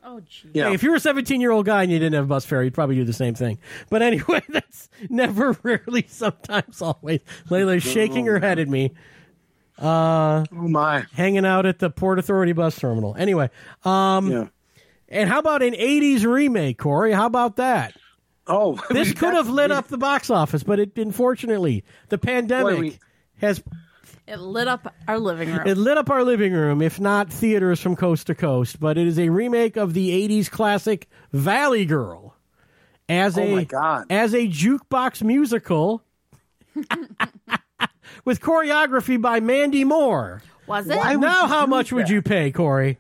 Oh, gee.
yeah.
Hey, if you were a 17 year old guy and you didn't have bus fare, you'd probably do the same thing. But anyway, that's never, rarely, sometimes, always. Layla's shaking her head at me,
oh my
hanging out at the Port Authority bus terminal. Anyway, um,
yeah
and how about an 80s remake, Corey? How about that?
oh
This could have lit up the box office, but it unfortunately the pandemic
Boy, we-
has
It lit up our living room.
it lit up our living room, if not theaters from coast to coast. But it is a remake of the '80s classic Valley Girl as
Oh
a
my God.
as a jukebox musical with choreography by Mandy Moore.
was it?
Why would
now,
you
how
do
much would
that?
you pay, Corey?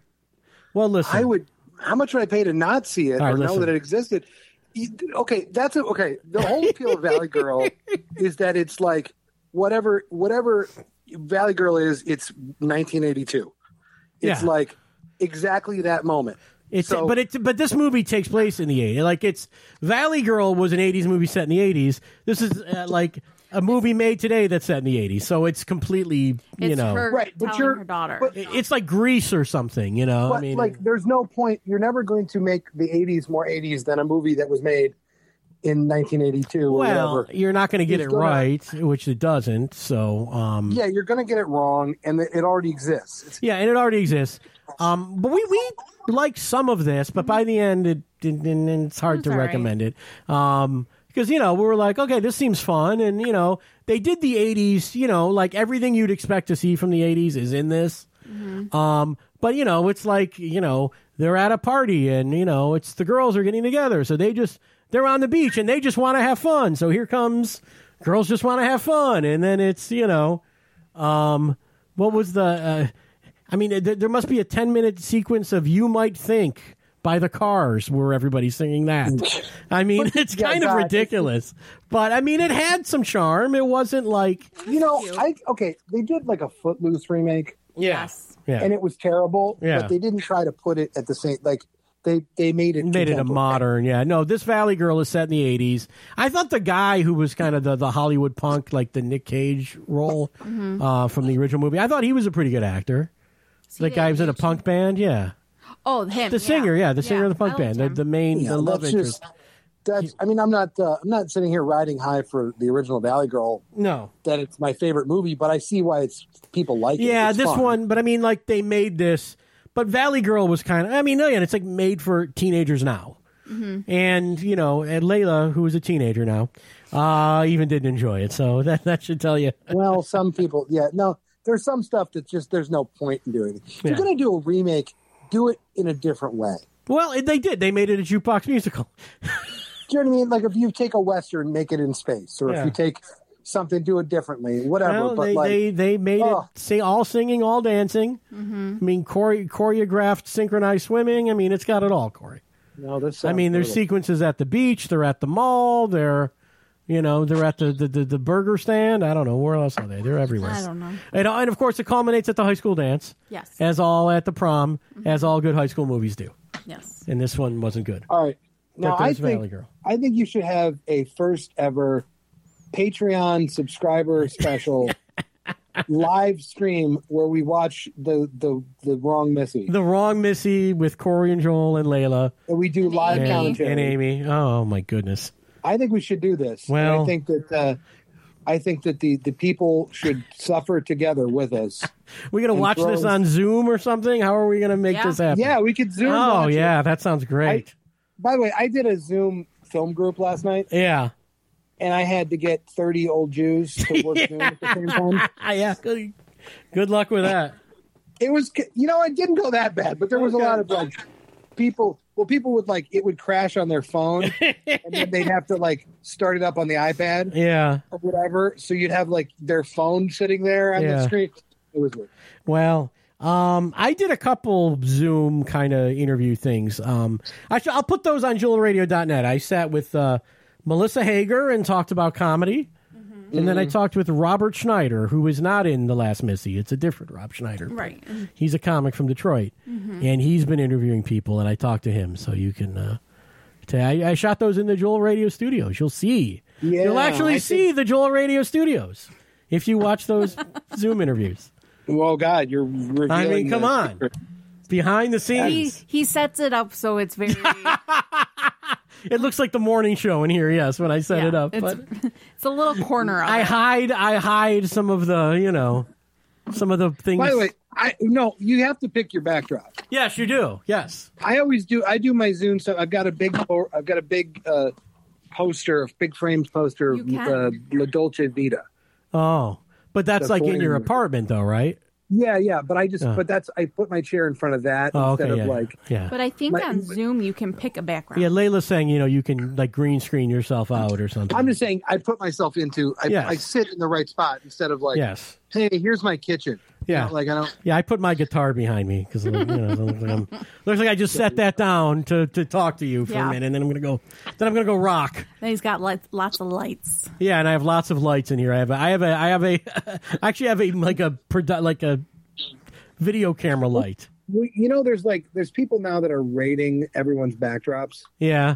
Well, listen,
I would. How much would I pay to not see
All
it
right,
or
listen.
know that it existed? You- Okay, that's a, okay. The whole appeal of Valley Girl is that it's like whatever whatever Valley Girl is. It's 1982. It's
Yeah.
like exactly that moment.
It's
So-
but it but this movie takes place in the 80s. Like it's Valley Girl was an 80s movie set in the 80s. This is uh, like a movie made today that's set in the 80s. So it's completely, you
it's
know,
her
Right, but
telling
you're-
her daughter.
but-
it- it's like Grease or something, you know.
But
I mean,
like, there's no point. You're never going to make the 80s more 80s than a movie that was made in 1982 or
well,
whatever.
you're not going to get
He's
it
gonna-
right, which it doesn't. So, um
Yeah, you're going to get it wrong, and it already exists. It's
Yeah, and it already exists. Um, but we, we like some of this, but by the end, it, it, it- it's hard
It's
to
all right.
recommend it. Um, because, you know, we were like, okay, this seems fun. And, you know, they did the 80s, you know, like everything you'd expect to see from the 80s is in this.
Mm-hmm.
Um, but, you know, it's like, you know, they're at a party and, you know, it's the girls are getting together. So they just, they're on the beach and they just want to have fun. So here comes girls just want to have fun. And then it's, you know, what was the? Uh, I mean, th- there must be a ten minute sequence of "You Might Think" by the Cars, where everybody's singing that. I mean, it's
Yeah,
kind of
God.
ridiculous, but I mean, it had some charm. It wasn't like
You know, I okay. They did like a Footloose remake,
yes, yeah,
and it was terrible.
Yeah.
But they didn't try to put it at the same like they they made it
made it a
contemporary.
modern. Yeah, no, this Valley Girl is set in the eighties. I thought the guy who was kind of the, the Hollywood punk, like the Nick Cage role uh, from the original movie, I thought he was a pretty good actor. The guy was in a punk band, yeah.
Oh, him.
The singer, yeah, the singer of the
I liked
punk band, the,
him.
the main,
Yeah,
the love
that's
interest.
just- That's. I mean, I'm not. Uh, I'm not sitting here riding high for the original Valley Girl.
No,
That it's my favorite movie, but I see why it's people like it.
yeah,
It's
this
fun.
one, but I mean, like they made this, but Valley Girl was kind of. I mean, again, it's like made for teenagers now, and you know, and Layla, who is a teenager now, uh, even didn't enjoy it. So that that should tell you.
well, some people, yeah. No, there's some stuff that's just there's no point in doing. It. If
Yeah.
you're gonna do a remake, do it in a different way.
Well, it- they did. They made it a jukebox musical.
Do you know what I mean? Like if you take a western, make it in space, or
Yeah.
if you take something, do it differently, whatever.
Well,
but
they,
like, oh.
they they made
Ugh.
it say all singing, all dancing. Mm-hmm. I mean, chore- choreographed, synchronized swimming. I mean, it's got it all, Corey.
no, this.
I mean, there's
sounds
sequences at the beach. They're at the mall. They're, you know, they're at the the, the, the burger stand. I don't know where else are they. They're everywhere.
I don't know.
And, uh, and of course, it culminates at the high school dance,
Yes.
as all at the prom,
Mm-hmm.
as all good high school movies do.
yes.
And this one wasn't good.
All right. Now
But
I
there's Valley
think
Girl.
I think you should have a first ever Patreon subscriber special live stream where we watch the the the wrong Missy.
The wrong Missy with Corey and Joel and Layla
And we do live
Amy.
and,
commentary.
and Amy. Oh my goodness.
I think we should do this. And
Well-
I think that uh, I think that the the people should suffer together with us.
We're gonna
And
watch
throw-
this on Zoom or something. How are we gonna make
Yeah.
this happen?
Yeah, we could Zoom.
Oh
watch it.
yeah, that sounds great.
By the way, I did a Zoom film group last night,
yeah.
and I had to get thirty old Jews to work Zoom at the same time.
yeah. Good, good luck with that.
it was you know it didn't go that bad but there was a lot of like people well people would like it would crash on their phone and then they'd have to like start it up on the ipad
Yeah.
or whatever so you'd have like their phone sitting there on
Yeah.
the screen it was weird
Well, um, I did a couple Zoom kind of interview things. Um, I will put those on jewelradio.net. I sat with uh, Melissa Hager and talked about comedy. And then I talked with Robert Schneider, who is not in The Last Missy. It's a different Rob Schneider.
Right.
He's a comic from Detroit, and he's been interviewing people, and I talked to him. So you can, uh, t- I, I shot those in the Joel Radio Studios. You'll see,
Yeah,
you'll actually
I
see the Joel Radio Studios if you watch those Zoom interviews.
well god you're revealing
I mean, come
the
on.
secret.
Behind the
He
scenes,
he sets it up so it's very.
it looks like the morning show in here. Yes, when I set
Yeah,
it up,
it's-
but
it's a little corner of
I
it.
hide, I hide some of the, you know, some of the things.
by the way i no you have to pick your backdrop
yes, you do. Yes,
i always do i do my zoom stuff i've got a big po- i've got a big uh poster of big frames poster of
You can.
uh, la dolce vita
oh, but that's
The
like in your
foyer.
apartment, though, right?
Yeah, yeah, but I just
Yeah.
but that's I put my chair in front of that
Oh,
instead
okay,
of
yeah,
like
yeah.
But I think
My-
on Zoom you can pick a background.
Yeah, Layla's saying, you know, you can like green screen yourself out or something.
I'm just saying I put myself into I,
Yes.
I sit in the right spot instead of like
yes.
hey here's my kitchen
Yeah.
like I don't
Yeah, I put my guitar behind me because you know, it looks, like I'm, looks like I just set that down to, to talk to you for
Yeah.
a minute, and then I'm gonna go, then I'm gonna go rock.
Then he's got li- lots of lights.
Yeah, and I have lots of lights in here. I have a, I have a I have a I actually have a like a produ- like a video camera light.
well, you know there's like there's people now that are rating everyone's backdrops
Yeah.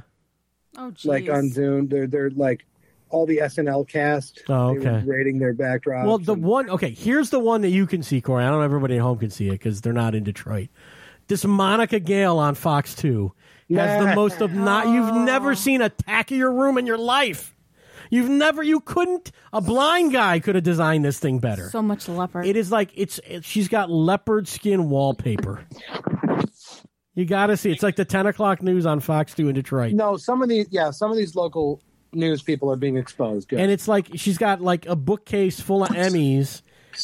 Oh, jeez.
like on Zoom they're they're like all the SNL cast
Oh,
they were
okay.
rating their backdrops
Well, the
and-
one okay, here's the one that you can see, Corey. I don't know if everybody at home can see it because they're not in Detroit. This Monica Gale on Fox Two has the
Yeah.
most obnoxious. You've never seen a tackier room in your life. You've never. You couldn't. A blind guy could have designed this thing better.
so much leopard.
it is like it's. It, she's got leopard skin wallpaper. You got to see. It's like the ten o'clock news on Fox Two in Detroit.
no some of these yeah some of these local news people are being exposed yeah.
and it's like she's got like a bookcase full of Emmys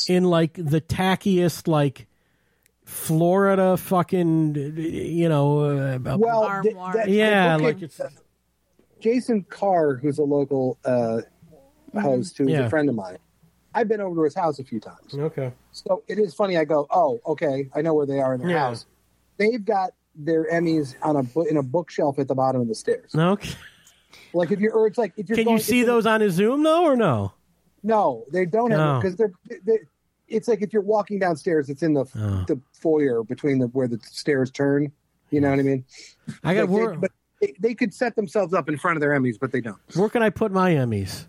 in like the tackiest like Florida fucking you know uh,
well
Arm
th-
war.
that-
yeah
okay,
like it's
Jason Carr, who's a local uh, host, who's
Yeah.
a friend of mine. I I've been over to his house a few times.
Okay.
So it is funny. I go, oh, okay, I know where they are in their
Yeah.
house. They've got their Emmys on a bo- in a bookshelf at the bottom of the stairs.
Okay.
Like if you're, or it's like if you're.
Can
going-
you
if
see
you're-
those on his Zoom though, or no?
No, they don't
No.
have because they're. They, it's like if you're walking downstairs, it's in the
Oh.
the foyer between the where the stairs turn. You know what I mean?
I got.
Like, they-
wor-
but they, they could set themselves up in front of their Emmys, but they don't.
Where can I put my Emmys?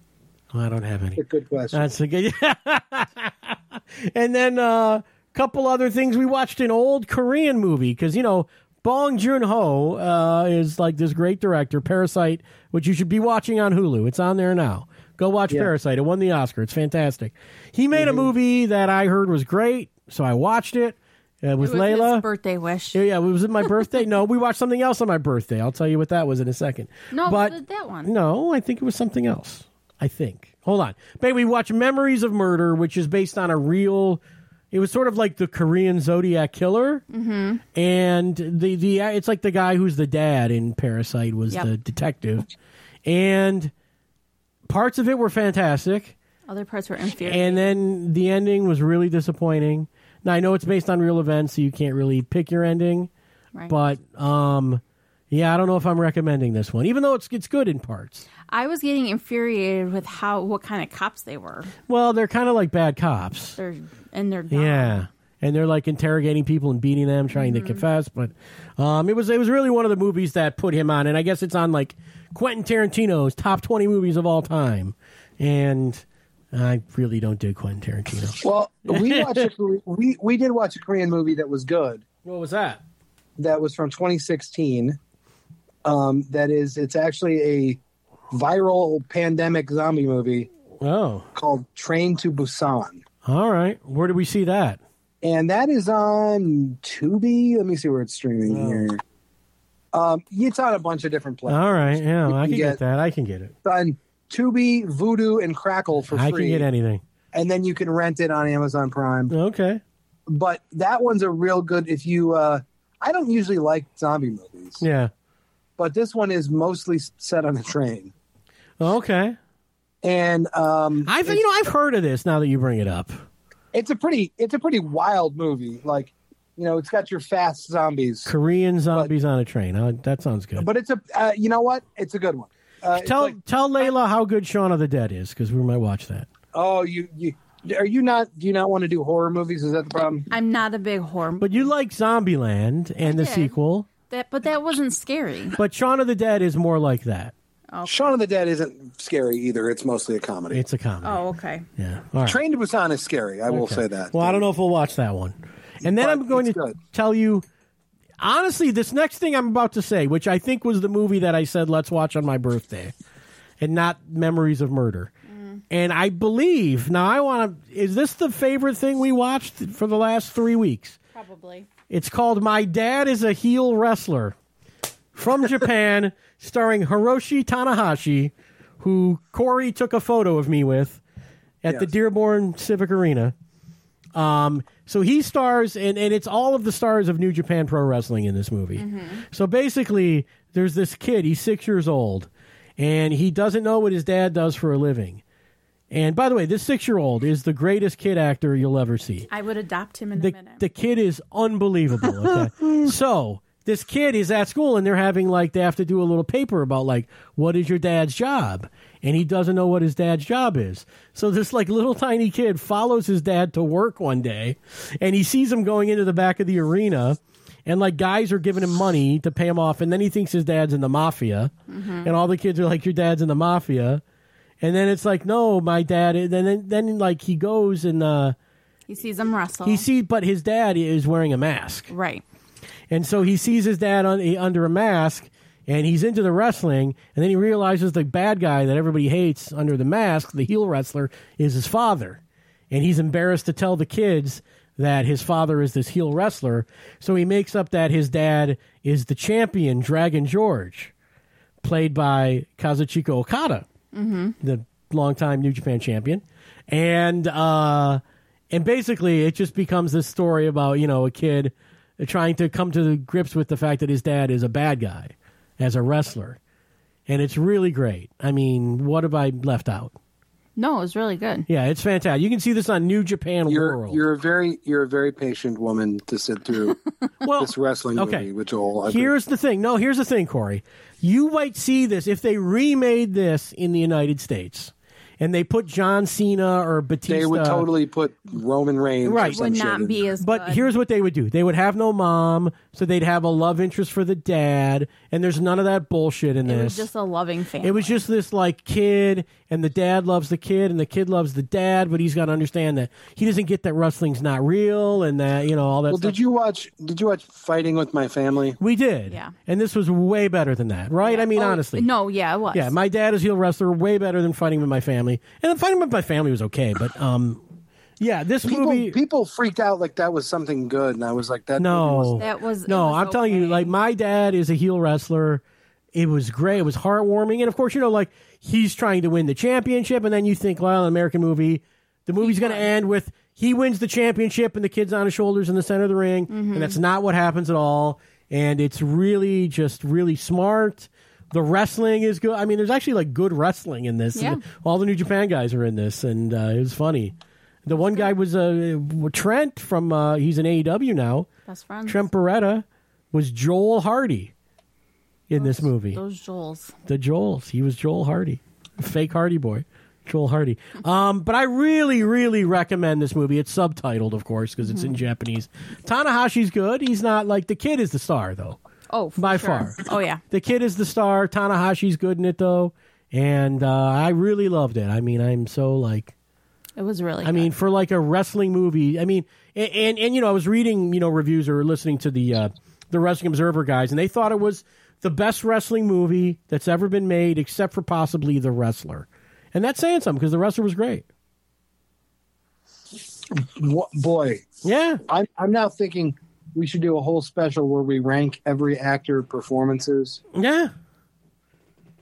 Well, I don't have any.
It's a good question.
That's a good. and then a uh, couple other things we watched an old Korean movie because you know Bong Joon Ho uh, is like this great director. Parasite, which you should be watching on Hulu. It's on there now. Go watch Parasite. It won the Oscar. It's fantastic. He made a movie that I heard was great, so I watched it uh, with
It was
Layla.
his birthday wish.
Yeah, yeah, was it my birthday? no, we watched something else on my birthday. I'll tell you what that was in a second.
No,
but
th- that one.
No, I think it was something else. I think. Hold on. But we watched Memories of Murder, which is based on a real. It was sort of like the Korean Zodiac killer, mm-hmm. and the the it's like the guy who's the dad in Parasite was
Yep.
the detective, and parts of it were fantastic.
Other parts were inferior.
And then the ending was really disappointing. Now I know it's based on real events, so you can't really pick your ending.
Right.
But um, yeah, I don't know if I'm recommending this one, even though it's it's good in parts.
I was getting infuriated with how what kind of cops they were.
Well, they're kind of like bad cops.
They're and they're dumb.
Yeah. And they're like interrogating people and beating them, trying
Mm-hmm.
to confess. But um, it was it was really one of the movies that put him on, and I guess it's on like Quentin Tarantino's top twenty movies of all time. And I really don't do Quentin Tarantino.
Well, we watched a, Kore- we we did watch a Korean movie that was good.
What was that?
that was from 2016. Um, that is, it's actually a viral pandemic zombie movie
Oh,
called Train to Busan,
all right. Where did we see that?
and that is on Tubi. Let me see where it's streaming here. Um, it's on a bunch of different platforms.
All right, yeah, I can
can
get,
get-
that. I can get it.
It's on Tubi, Vudu, and Crackle for
I can
free,
get anything.
and then you can rent it on Amazon Prime.
Okay.
But that one's a real good if you. Uh, I don't usually like zombie movies,
Yeah.
but this one is mostly set on a train.
Okay.
and um,
I've you know I've heard of this now that you bring it up.
it's a pretty it's a pretty wild movie. Like, you know, it's got your fast zombies,
Korean zombies on a train. Uh, that sounds good.
but it's a uh, you know what? It's a good one. Uh, it's
tell
like,
tell Layla how good Shaun of the Dead is because we might watch that.
oh, you you are you not do you not want to do horror movies? Is that the problem?
I'm not a big horror, but
But you like Zombieland and the
did.
sequel,
that but that wasn't scary.
but Shaun of the Dead is more like that.
Shaun of the Dead isn't scary either. It's mostly a comedy.
It's a comedy.
Oh, okay.
Yeah. All right.
Train to Busan is scary. I will say that.
Well, I don't know if we'll watch that one. And then
But
I'm going to
it's good.
tell you honestly, this next thing I'm about to say, which I think was the movie that I said let's watch on my birthday, and not Memories of Murder. And I believe now I want to. Is this the favorite thing we watched for the last three weeks?
Probably.
It's called My Dad is a Heel Wrestler from Japan, starring Hiroshi Tanahashi, who Corey took a photo of me with at the
Yes.
Dearborn Civic Arena. Um, so he stars, and, and it's all of the stars of New Japan Pro Wrestling in this movie. So basically, there's this kid, he's six years old, and he doesn't know what his dad does for a living. And by the way, this six year old is the greatest kid actor you'll ever see
I would adopt him in a
the,
minute.
the kid is unbelievable. Okay? so this kid is at school and they're having like they have to do a little paper about like what is your dad's job and he doesn't know what his dad's job is so this like little tiny kid follows his dad to work one day and he sees him going into the back of the arena and like guys are giving him money to pay him off and then he thinks his dad's in the mafia
Mm-hmm.
and all the kids are like your dad's in the mafia and then it's like no my dad is-" and then then like he goes and uh
he sees him wrestle.
Oh.
he see, but his dad is wearing a mask,
right.
and so he sees his dad on, eh, under a mask, and he's into the wrestling, and then he realizes the bad guy that everybody hates under the mask, the heel wrestler, is his father, and he's embarrassed to tell the kids that his father is this heel wrestler, so he makes up that his dad is the champion, Dragon George, played by Kazuchika Okada the longtime New Japan champion, and uh, and basically it just becomes this story about you know a kid trying to come to grips with the fact that his dad is a bad guy as a wrestler, and it's really great. I mean, what have I left out?
No, it was really good.
Yeah, it's fantastic. You can see this on New Japan
You're
World.
you're a very you're a very patient woman to sit through
well,
this wrestling
okay.
movie with Joel. I
Here's the thing. No, here's the thing, Corey. You might see this if they remade this in the United States, and they put John Cena or Batista.
think. they would totally put Roman Reigns. or
Right.
some
Would
shit
not
in.
be as
But
good.
here's what they would do. They would have no mom, so they'd have a love interest for the dad, and there's none of that bullshit in
it
this.
was just a loving family.
It was just this like kid, and the dad loves the kid, and the kid loves the dad, but he's got to understand that he doesn't get that wrestling's not real, and that you know all that.
Well,
stuff.
did you watch? Did you watch Fighting with My Family?
We did,
Yeah.
And this was way better than that, right? I mean,
Oh,
honestly,
No, yeah, it was.
yeah. My dad is heel wrestler, way better than fighting with my family, and then fighting with my family was okay, but um, yeah, this
People
movie.
people freaked out like that was something good, and I was like, that movie was
No,
That was- it
no.
was
I'm telling you,
okay.
like my dad is a heel wrestler. It was great. It was heartwarming, and of course, you know, like he's trying to win the championship, and then you think, well, an American movie, the movie's going to end with he wins the championship and the kid's on his shoulders in the center of the ring,
Mm-hmm.
and that's not what happens at all. And it's really just really smart. The wrestling is good. I mean, there's actually like good wrestling in this.
Yeah.
And all the New Japan guys are in this, and uh, it was funny. The one guy was uh, Trent from uh, he's an AEW now.
Best friends.
Trent Beretta was Joel Hardy in this movie.
Those Joels.
The Joels. He was Joel Hardy, fake Hardy boy, Joel Hardy. Um, but I really, really recommend this movie. It's subtitled, of course, because it's in Japanese. Tanahashi's good. He's not like the kid is the star though.
Oh, for
By
sure.
far.
Oh yeah.
The kid is the star. Tanahashi's good in it though, and uh, I really loved it. I mean, I'm so like
It was really.
I mean, for like a wrestling movie, I mean, and and, and you know, I was reading you know reviews or listening to the uh, the Wrestling Observer guys, and they thought it was the best wrestling movie that's ever been made, except for possibly The Wrestler, and that's saying something because The Wrestler was great.
Wha- boy.
Yeah,
I'm I'm now thinking we should do a whole special where we rank every actor performances.
yeah,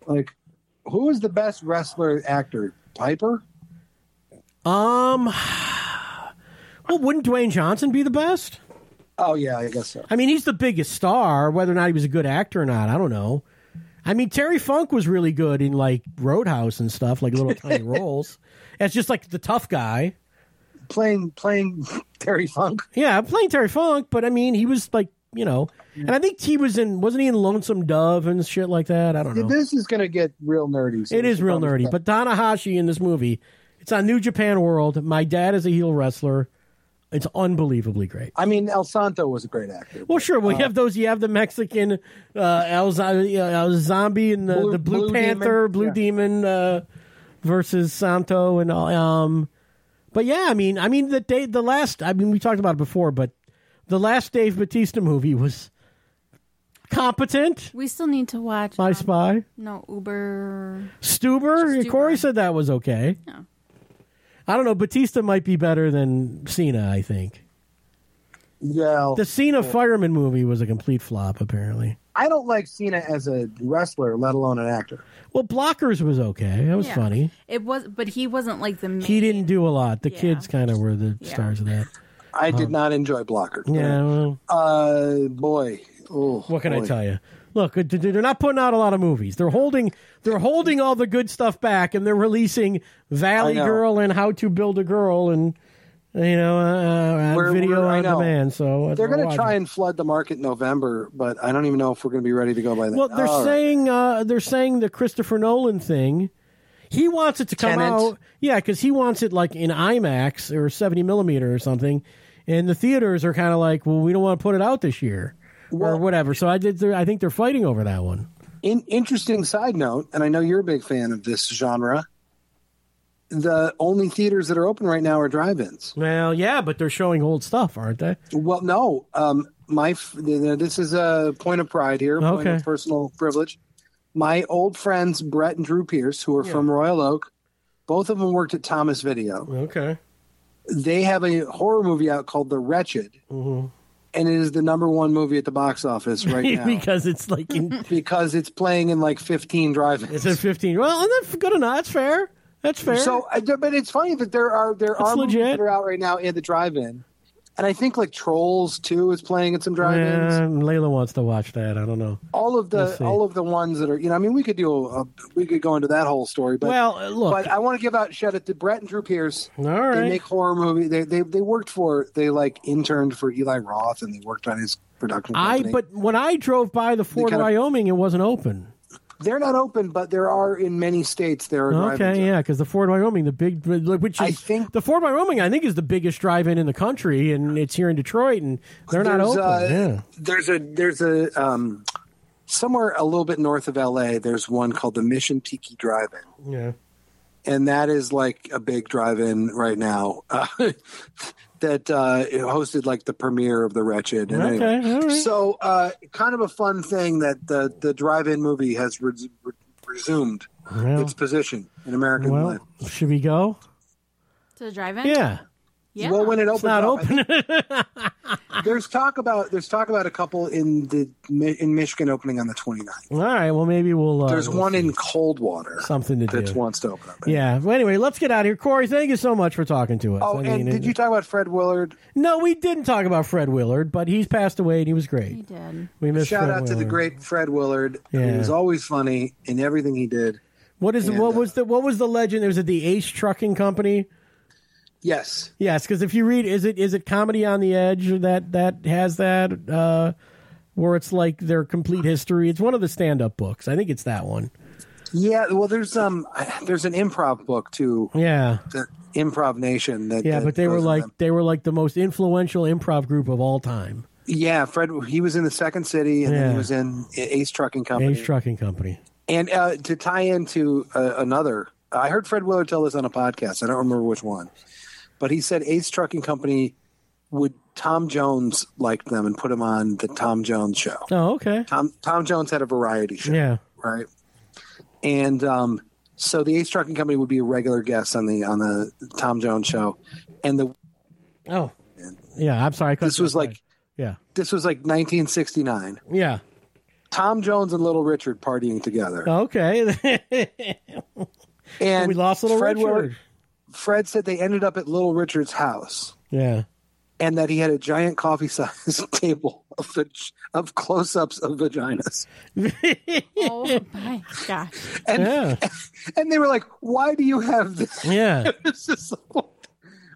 Like, who is the best wrestler actor? Piper.
Um, well, wouldn't Dwayne Johnson be the best?
Oh yeah, I guess so.
I mean, he's the biggest star. Whether or not he was a good actor or not, I don't know. I mean, Terry Funk was really good in like Roadhouse and stuff, like little tiny roles. As just like the tough guy.
Playing playing Terry Funk.
Yeah, playing Terry Funk, but I mean, he was like, you know, and I think he was in, wasn't he in Lonesome Dove and shit like that? I don't know.
This is gonna get real nerdy. so
It
we
is
should
real
probably-
nerdy, but Tanahashi in this movie, it's on New Japan World. My dad is a heel wrestler. It's unbelievably great.
I mean, El Santo was a great actor.
Well, sure.
Uh,
Well, you have those. You have the Mexican uh, El, Z- El Zombie and the
Blue-
the Blue,
Blue
Panther,
Demon.
Blue
Yeah.
Demon uh, versus Santo and all. Um, but yeah, I mean, I mean the day, the last. I mean, we talked about it before, but the last Dave Batista movie was competent.
we still need to watch.
My
um,
Spy,
No Uber.
Stuber.
Stuber.
Corey said that was okay.
Yeah.
I don't know. Batista might be better than Cena. I think
yeah,
the Cena Fireman movie was a complete flop. Apparently.
I don't like Cena as a wrestler, let alone an actor.
Well, Blockers was okay. That was
Yeah.
funny.
It was, but he wasn't like the main.
He didn't do a lot. The
Yeah.
kids kind of were the stars of that.
I did not enjoy Blocker.
Yeah. Well,
Uh, boy. Oh,
what can I tell you? Look, d- d- they're not putting out a lot of movies. They're holding they're holding all the good stuff back, and they're releasing Valley
I know.
Girl and How to Build a Girl and you know uh, uh,
We're-
video
we're- I
on
know.
demand. So uh,
They're
going
going to try and flood the market in November, but I don't even know if we're going to be ready to go by then.
Well, they're
All right.
saying uh, they're saying the Christopher Nolan thing. He wants it to come
Tenet.
out, yeah, because he wants it like in IMAX or seventy millimeter or something. And the theaters are kind of like, well, we don't want to put it out this year or whatever. So I did. I think they're fighting over that one.
In, interesting side note, and I know you're a big fan of this genre. The only theaters that are open right now are drive-ins.
Well, yeah, but they're showing old stuff, aren't they?
Well, no, um, my f- this is a point of pride here, point
Okay.
of personal privilege. My old friends Brett and Drew Pierce, who are from Royal Oak, both of them worked at Thomas Video.
Okay.
They have a horror movie out called The Wretched,
Mm-hmm.
and it is the number one movie at the box office right now
because it's like in,
because it's playing in like 15 drive-ins.
it's at fifteen. Well, and that's good enough. That's fair. That's fair.
So, I- but it's funny that there are there
That's
are movies
legit.
that are out right now in the drive-in, And I think like Trolls Two is playing at some drive-ins.
Yeah, Layla wants to watch that. I don't know.
All of
We'll
the
see.
all of the ones that are you know I mean we could do a, we could go into that whole story but
well, uh, look.
but I want to give out shout out to Brett and Drew Pierce.
all
They
right.
make horror movie. They, they they worked for they like interned for Eli Roth and they worked on his production.
I
Company.
but when I drove by the Ford
kinda-
Wyoming, it wasn't open.
they're not open, but there are in many states there are drive-ins.
Okay, yeah, because the Ford Wyoming, the big, which is
I think-
the Ford Wyoming, I think is the biggest drive-in in the country, and it's here in Detroit, and they're not
There's,
open.
uh,
yeah.
There's a there's a um, somewhere a little bit north of LA. There's one called the Mission Tiki Drive-In.
Yeah.
and that is like a big drive-in right now uh, that uh, it hosted like the premiere of the wretched and
Okay,
anyway,
all right.
so uh, kind of a fun thing that the, the drive-in movie has res- re- resumed
Well,
its position in american life
well, should we go?
to drive in.
Yeah.
yeah.
well when it
It's
opens
not
up, I
open.
think there's talk about there's talk about a couple in the Mi- in michigan opening on the 29th
all right. Well, maybe we'll. Uh,
there's
we'll
one
see.
in coldwater
something to
that
do.
wants to open up
Yeah. Well, anyway, let's get out of here. Corey, thank you so much for talking to us.
oh
I
and
mean,
did you talk about fred willard
No, we didn't talk about Fred Willard, but he's passed away and he was
He
great.
did.
We missed
Shout
Fred
out to the
Willard.
great Fred Willard.
Yeah.
He was always funny in everything he did.
What is
and,
what
uh,
was the what was the legend? It was at the Ace Trucking Company.
Yes.
Yes, because if you read, is it is it comedy on the edge that that has that uh, where it's like their complete history? It's one of the stand up books. I think it's that one.
Yeah. Well, there's um, there's an improv book too,
Yeah,
the Improv Nation. That
yeah.
that
But they were
goes with
like
them.
they were like the most influential improv group of all time.
yeah, Fred. He was in the Second City, and then
Yeah.
he was in Ace Trucking Company.
Ace Trucking Company.
and uh, to tie into uh, another, I heard Fred Willard tell this on a podcast. I don't remember which one, but he said Ace Trucking Company would Tom Jones liked them and put him on the Tom Jones show.
Oh, okay.
Tom Tom Jones had a variety show.
Yeah.
right? And um, so the Ace Trucking Company would be a regular guest on the on the Tom Jones show, and the
Oh, yeah. I'm sorry. I cut
this
you
was
off.
like
yeah,
this was like 1969.
yeah.
Tom Jones and Little Richard partying together,
Okay.
and
Oh, we lost little
Fred
Richard.
Willard- Fred said they ended up at Little Richard's house,
Yeah.
and that he had a giant coffee sized table of vag- of close ups of vaginas,
Oh my gosh.
and
Yeah.
and they were like, "Why do you have this?"
Yeah.
It's just like,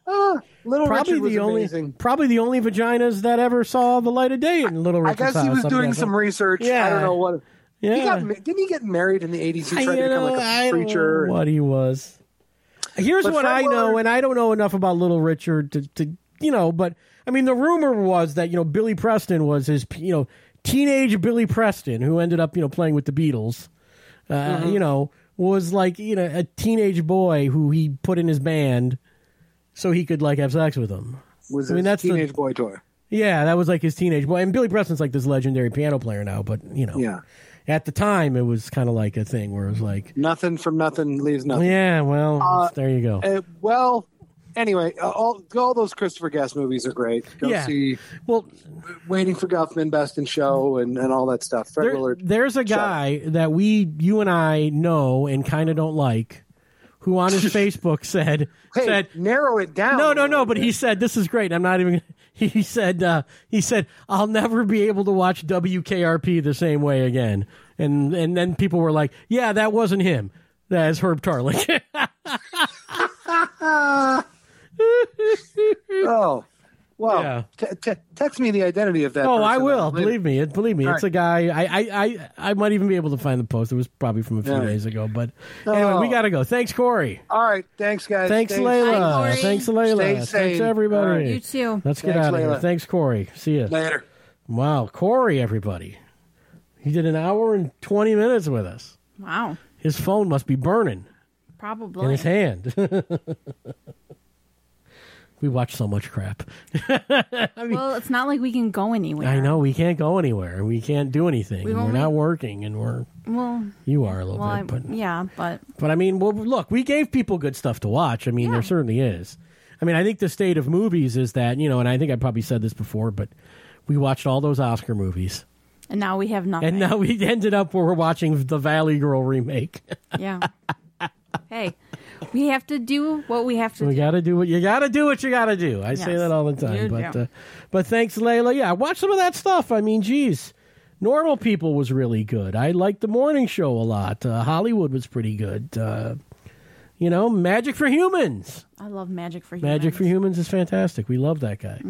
ah, Little
probably
Richard was
the only
amazing.
probably the only vaginas that ever saw the light of day in Little
I
Richard's
guess he
house,
was
I
doing
guess.
some research.
Yeah.
I don't know what.
Yeah.
He got, ma- didn't he get married in the 80s? He tried
You
to become
know, I
like
don't
a preacher.
know what he was. Here's
But
what
Fred
I know,
Willard-
and I don't know enough about Little Richard to, to you know, but I mean, the rumor was that you know Billy Preston was his you know teenage Billy Preston who ended up you know playing with the Beatles, uh,
Mm-hmm.
you know, was like you know a teenage boy who he put in his band so he could like have sex with him.
was
I mean,
a
that's the-
teenage boy toy.
Yeah, that was like his teenage boy, and Billy Preston's like this legendary piano player now, but you know,
Yeah.
at the time it was kind of like a thing where it was like.
Nothing from nothing leaves nothing.
Yeah, well,
Uh,
there you go.
Uh, well, anyway, uh, all, all those Christopher Guest movies are great. Go
Yeah.
see
Well,
Waiting for Guffman, Best in Show, and, and all that stuff. Fred
there-
Willard.
there's a guy that we, you and I know and kind of don't like, who on his Facebook said,
Hey,
said,
narrow it down.
no, no, no, but he said, this is great. I'm not even. He said, uh, he said, I'll never be able to watch WKRP the same way again. And and then people were like, yeah, that wasn't him. That's Herb Tarlick.
Oh, well,
Yeah.
te- te- text me the identity of that.
oh, I
person.
will.
Later.
Believe me. It, believe me.
All
it's
right.
a guy. I, I, I, I might even be able to find the post. It was probably from a few
Yeah.
days ago. But anyway, we
Oh.
got to go. Thanks, Corey.
All right. Thanks, guys.
Thanks,
Hi,
Layla.
Corey.
Thanks, Layla.
Stay
Thanks,
sane. All
everybody.
right.
You too.
Let's get
Thanks,
out of here.
Layla.
Thanks, Corey. See ya.
Later.
Wow, Corey, everybody. He did an hour and 20 minutes with us.
Wow.
His phone must be burning in
Probably.
his hand. we watch so much crap.
Well, it's not like we can go anywhere.
I know we can't go anywhere. We can't do anything.
We
We are
won't-
not working, and we're
Well,
you are a little
well, I,
bit, but
yeah, but
But I mean, well, look, we gave people good stuff to watch. I mean, there certainly is. I mean, I think the state of movies is that you know, and I think I probably said this before, but we watched all those Oscar movies,
and now we have nothing.
and now we ended up where we're watching the Valley Girl remake.
yeah.
hey, we have to do what we have to
We
do.
got to do what you got to do. What you got to do. I say
Yes.
that all the time.
You
but
do.
uh, but thanks, Layla. Yeah, watch some of that stuff. I mean, geez, normal people was really good. I liked the morning show a lot. Uh, Hollywood was pretty good. Uh, you know, Magic for Humans.
I love Magic for Humans.
Magic for Humans is fantastic. We love that guy.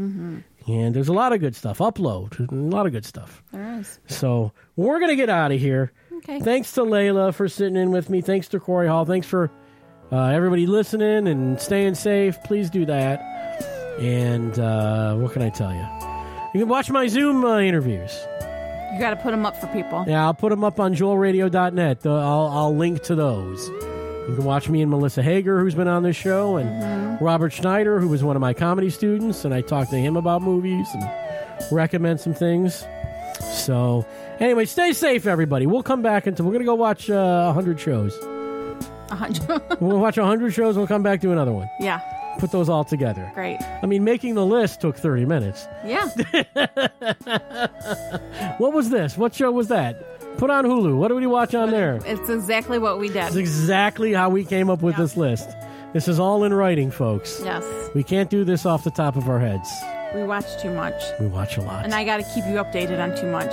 And there's a lot of good stuff. Upload, a lot of good stuff.
There is.
So we're gonna get out of here.
Okay.
Thanks to Layla for sitting in with me. Thanks to Corey Hall. Thanks for uh, everybody listening and staying safe. Please do that. And uh, what can I tell you? You can watch my Zoom uh, interviews.
You got to put them up for people.
Yeah, I'll put them up on joelradio.net. Uh, I'll, I'll link to those. You can watch me and Melissa Hager, who's been on this show, and Robert Schneider, who was one of my comedy students, and I talked to him about movies and recommend some things. So, anyway, stay safe, everybody. We'll come back until we're going to go watch uh, 100 shows.
A hundred-
We'll watch 100 shows, we'll come back to another one.
yeah.
Put those all together.
Great.
I mean, making the list took 30 minutes.
Yeah.
What was this? What show was that? Put on Hulu. What do we watch on there?
It's exactly what we
That's
did.
exactly how we came up with this list. This is all in writing, folks.
Yes.
We can't do this off the top of our heads.
We watch too much.
We watch a lot.
And I got to keep you updated on too much.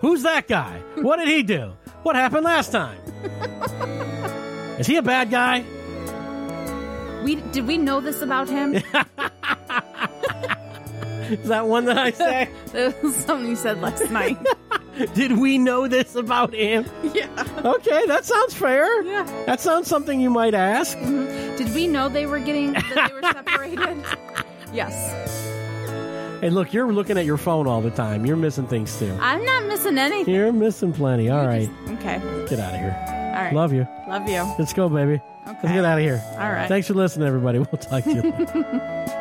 Who's that guy? What did he do? What happened last time? is he a bad guy?
We did we know this about him?
Is that one that I say?
That was something you said last night.
did we know this about him?
yeah.
Okay, that sounds fair.
Yeah.
That sounds something you might ask.
Did we know they were getting that they were separated? yes.
Hey, look, you're looking at your phone all the time. You're missing things too.
I'm not missing anything.
You're missing plenty. All right,
Okay.
get out of here.
All right.
Love you.
Love you.
Let's go, baby. Let's
Okay.
get out of here.
All right.
Thanks for listening, everybody. We'll talk to you. later.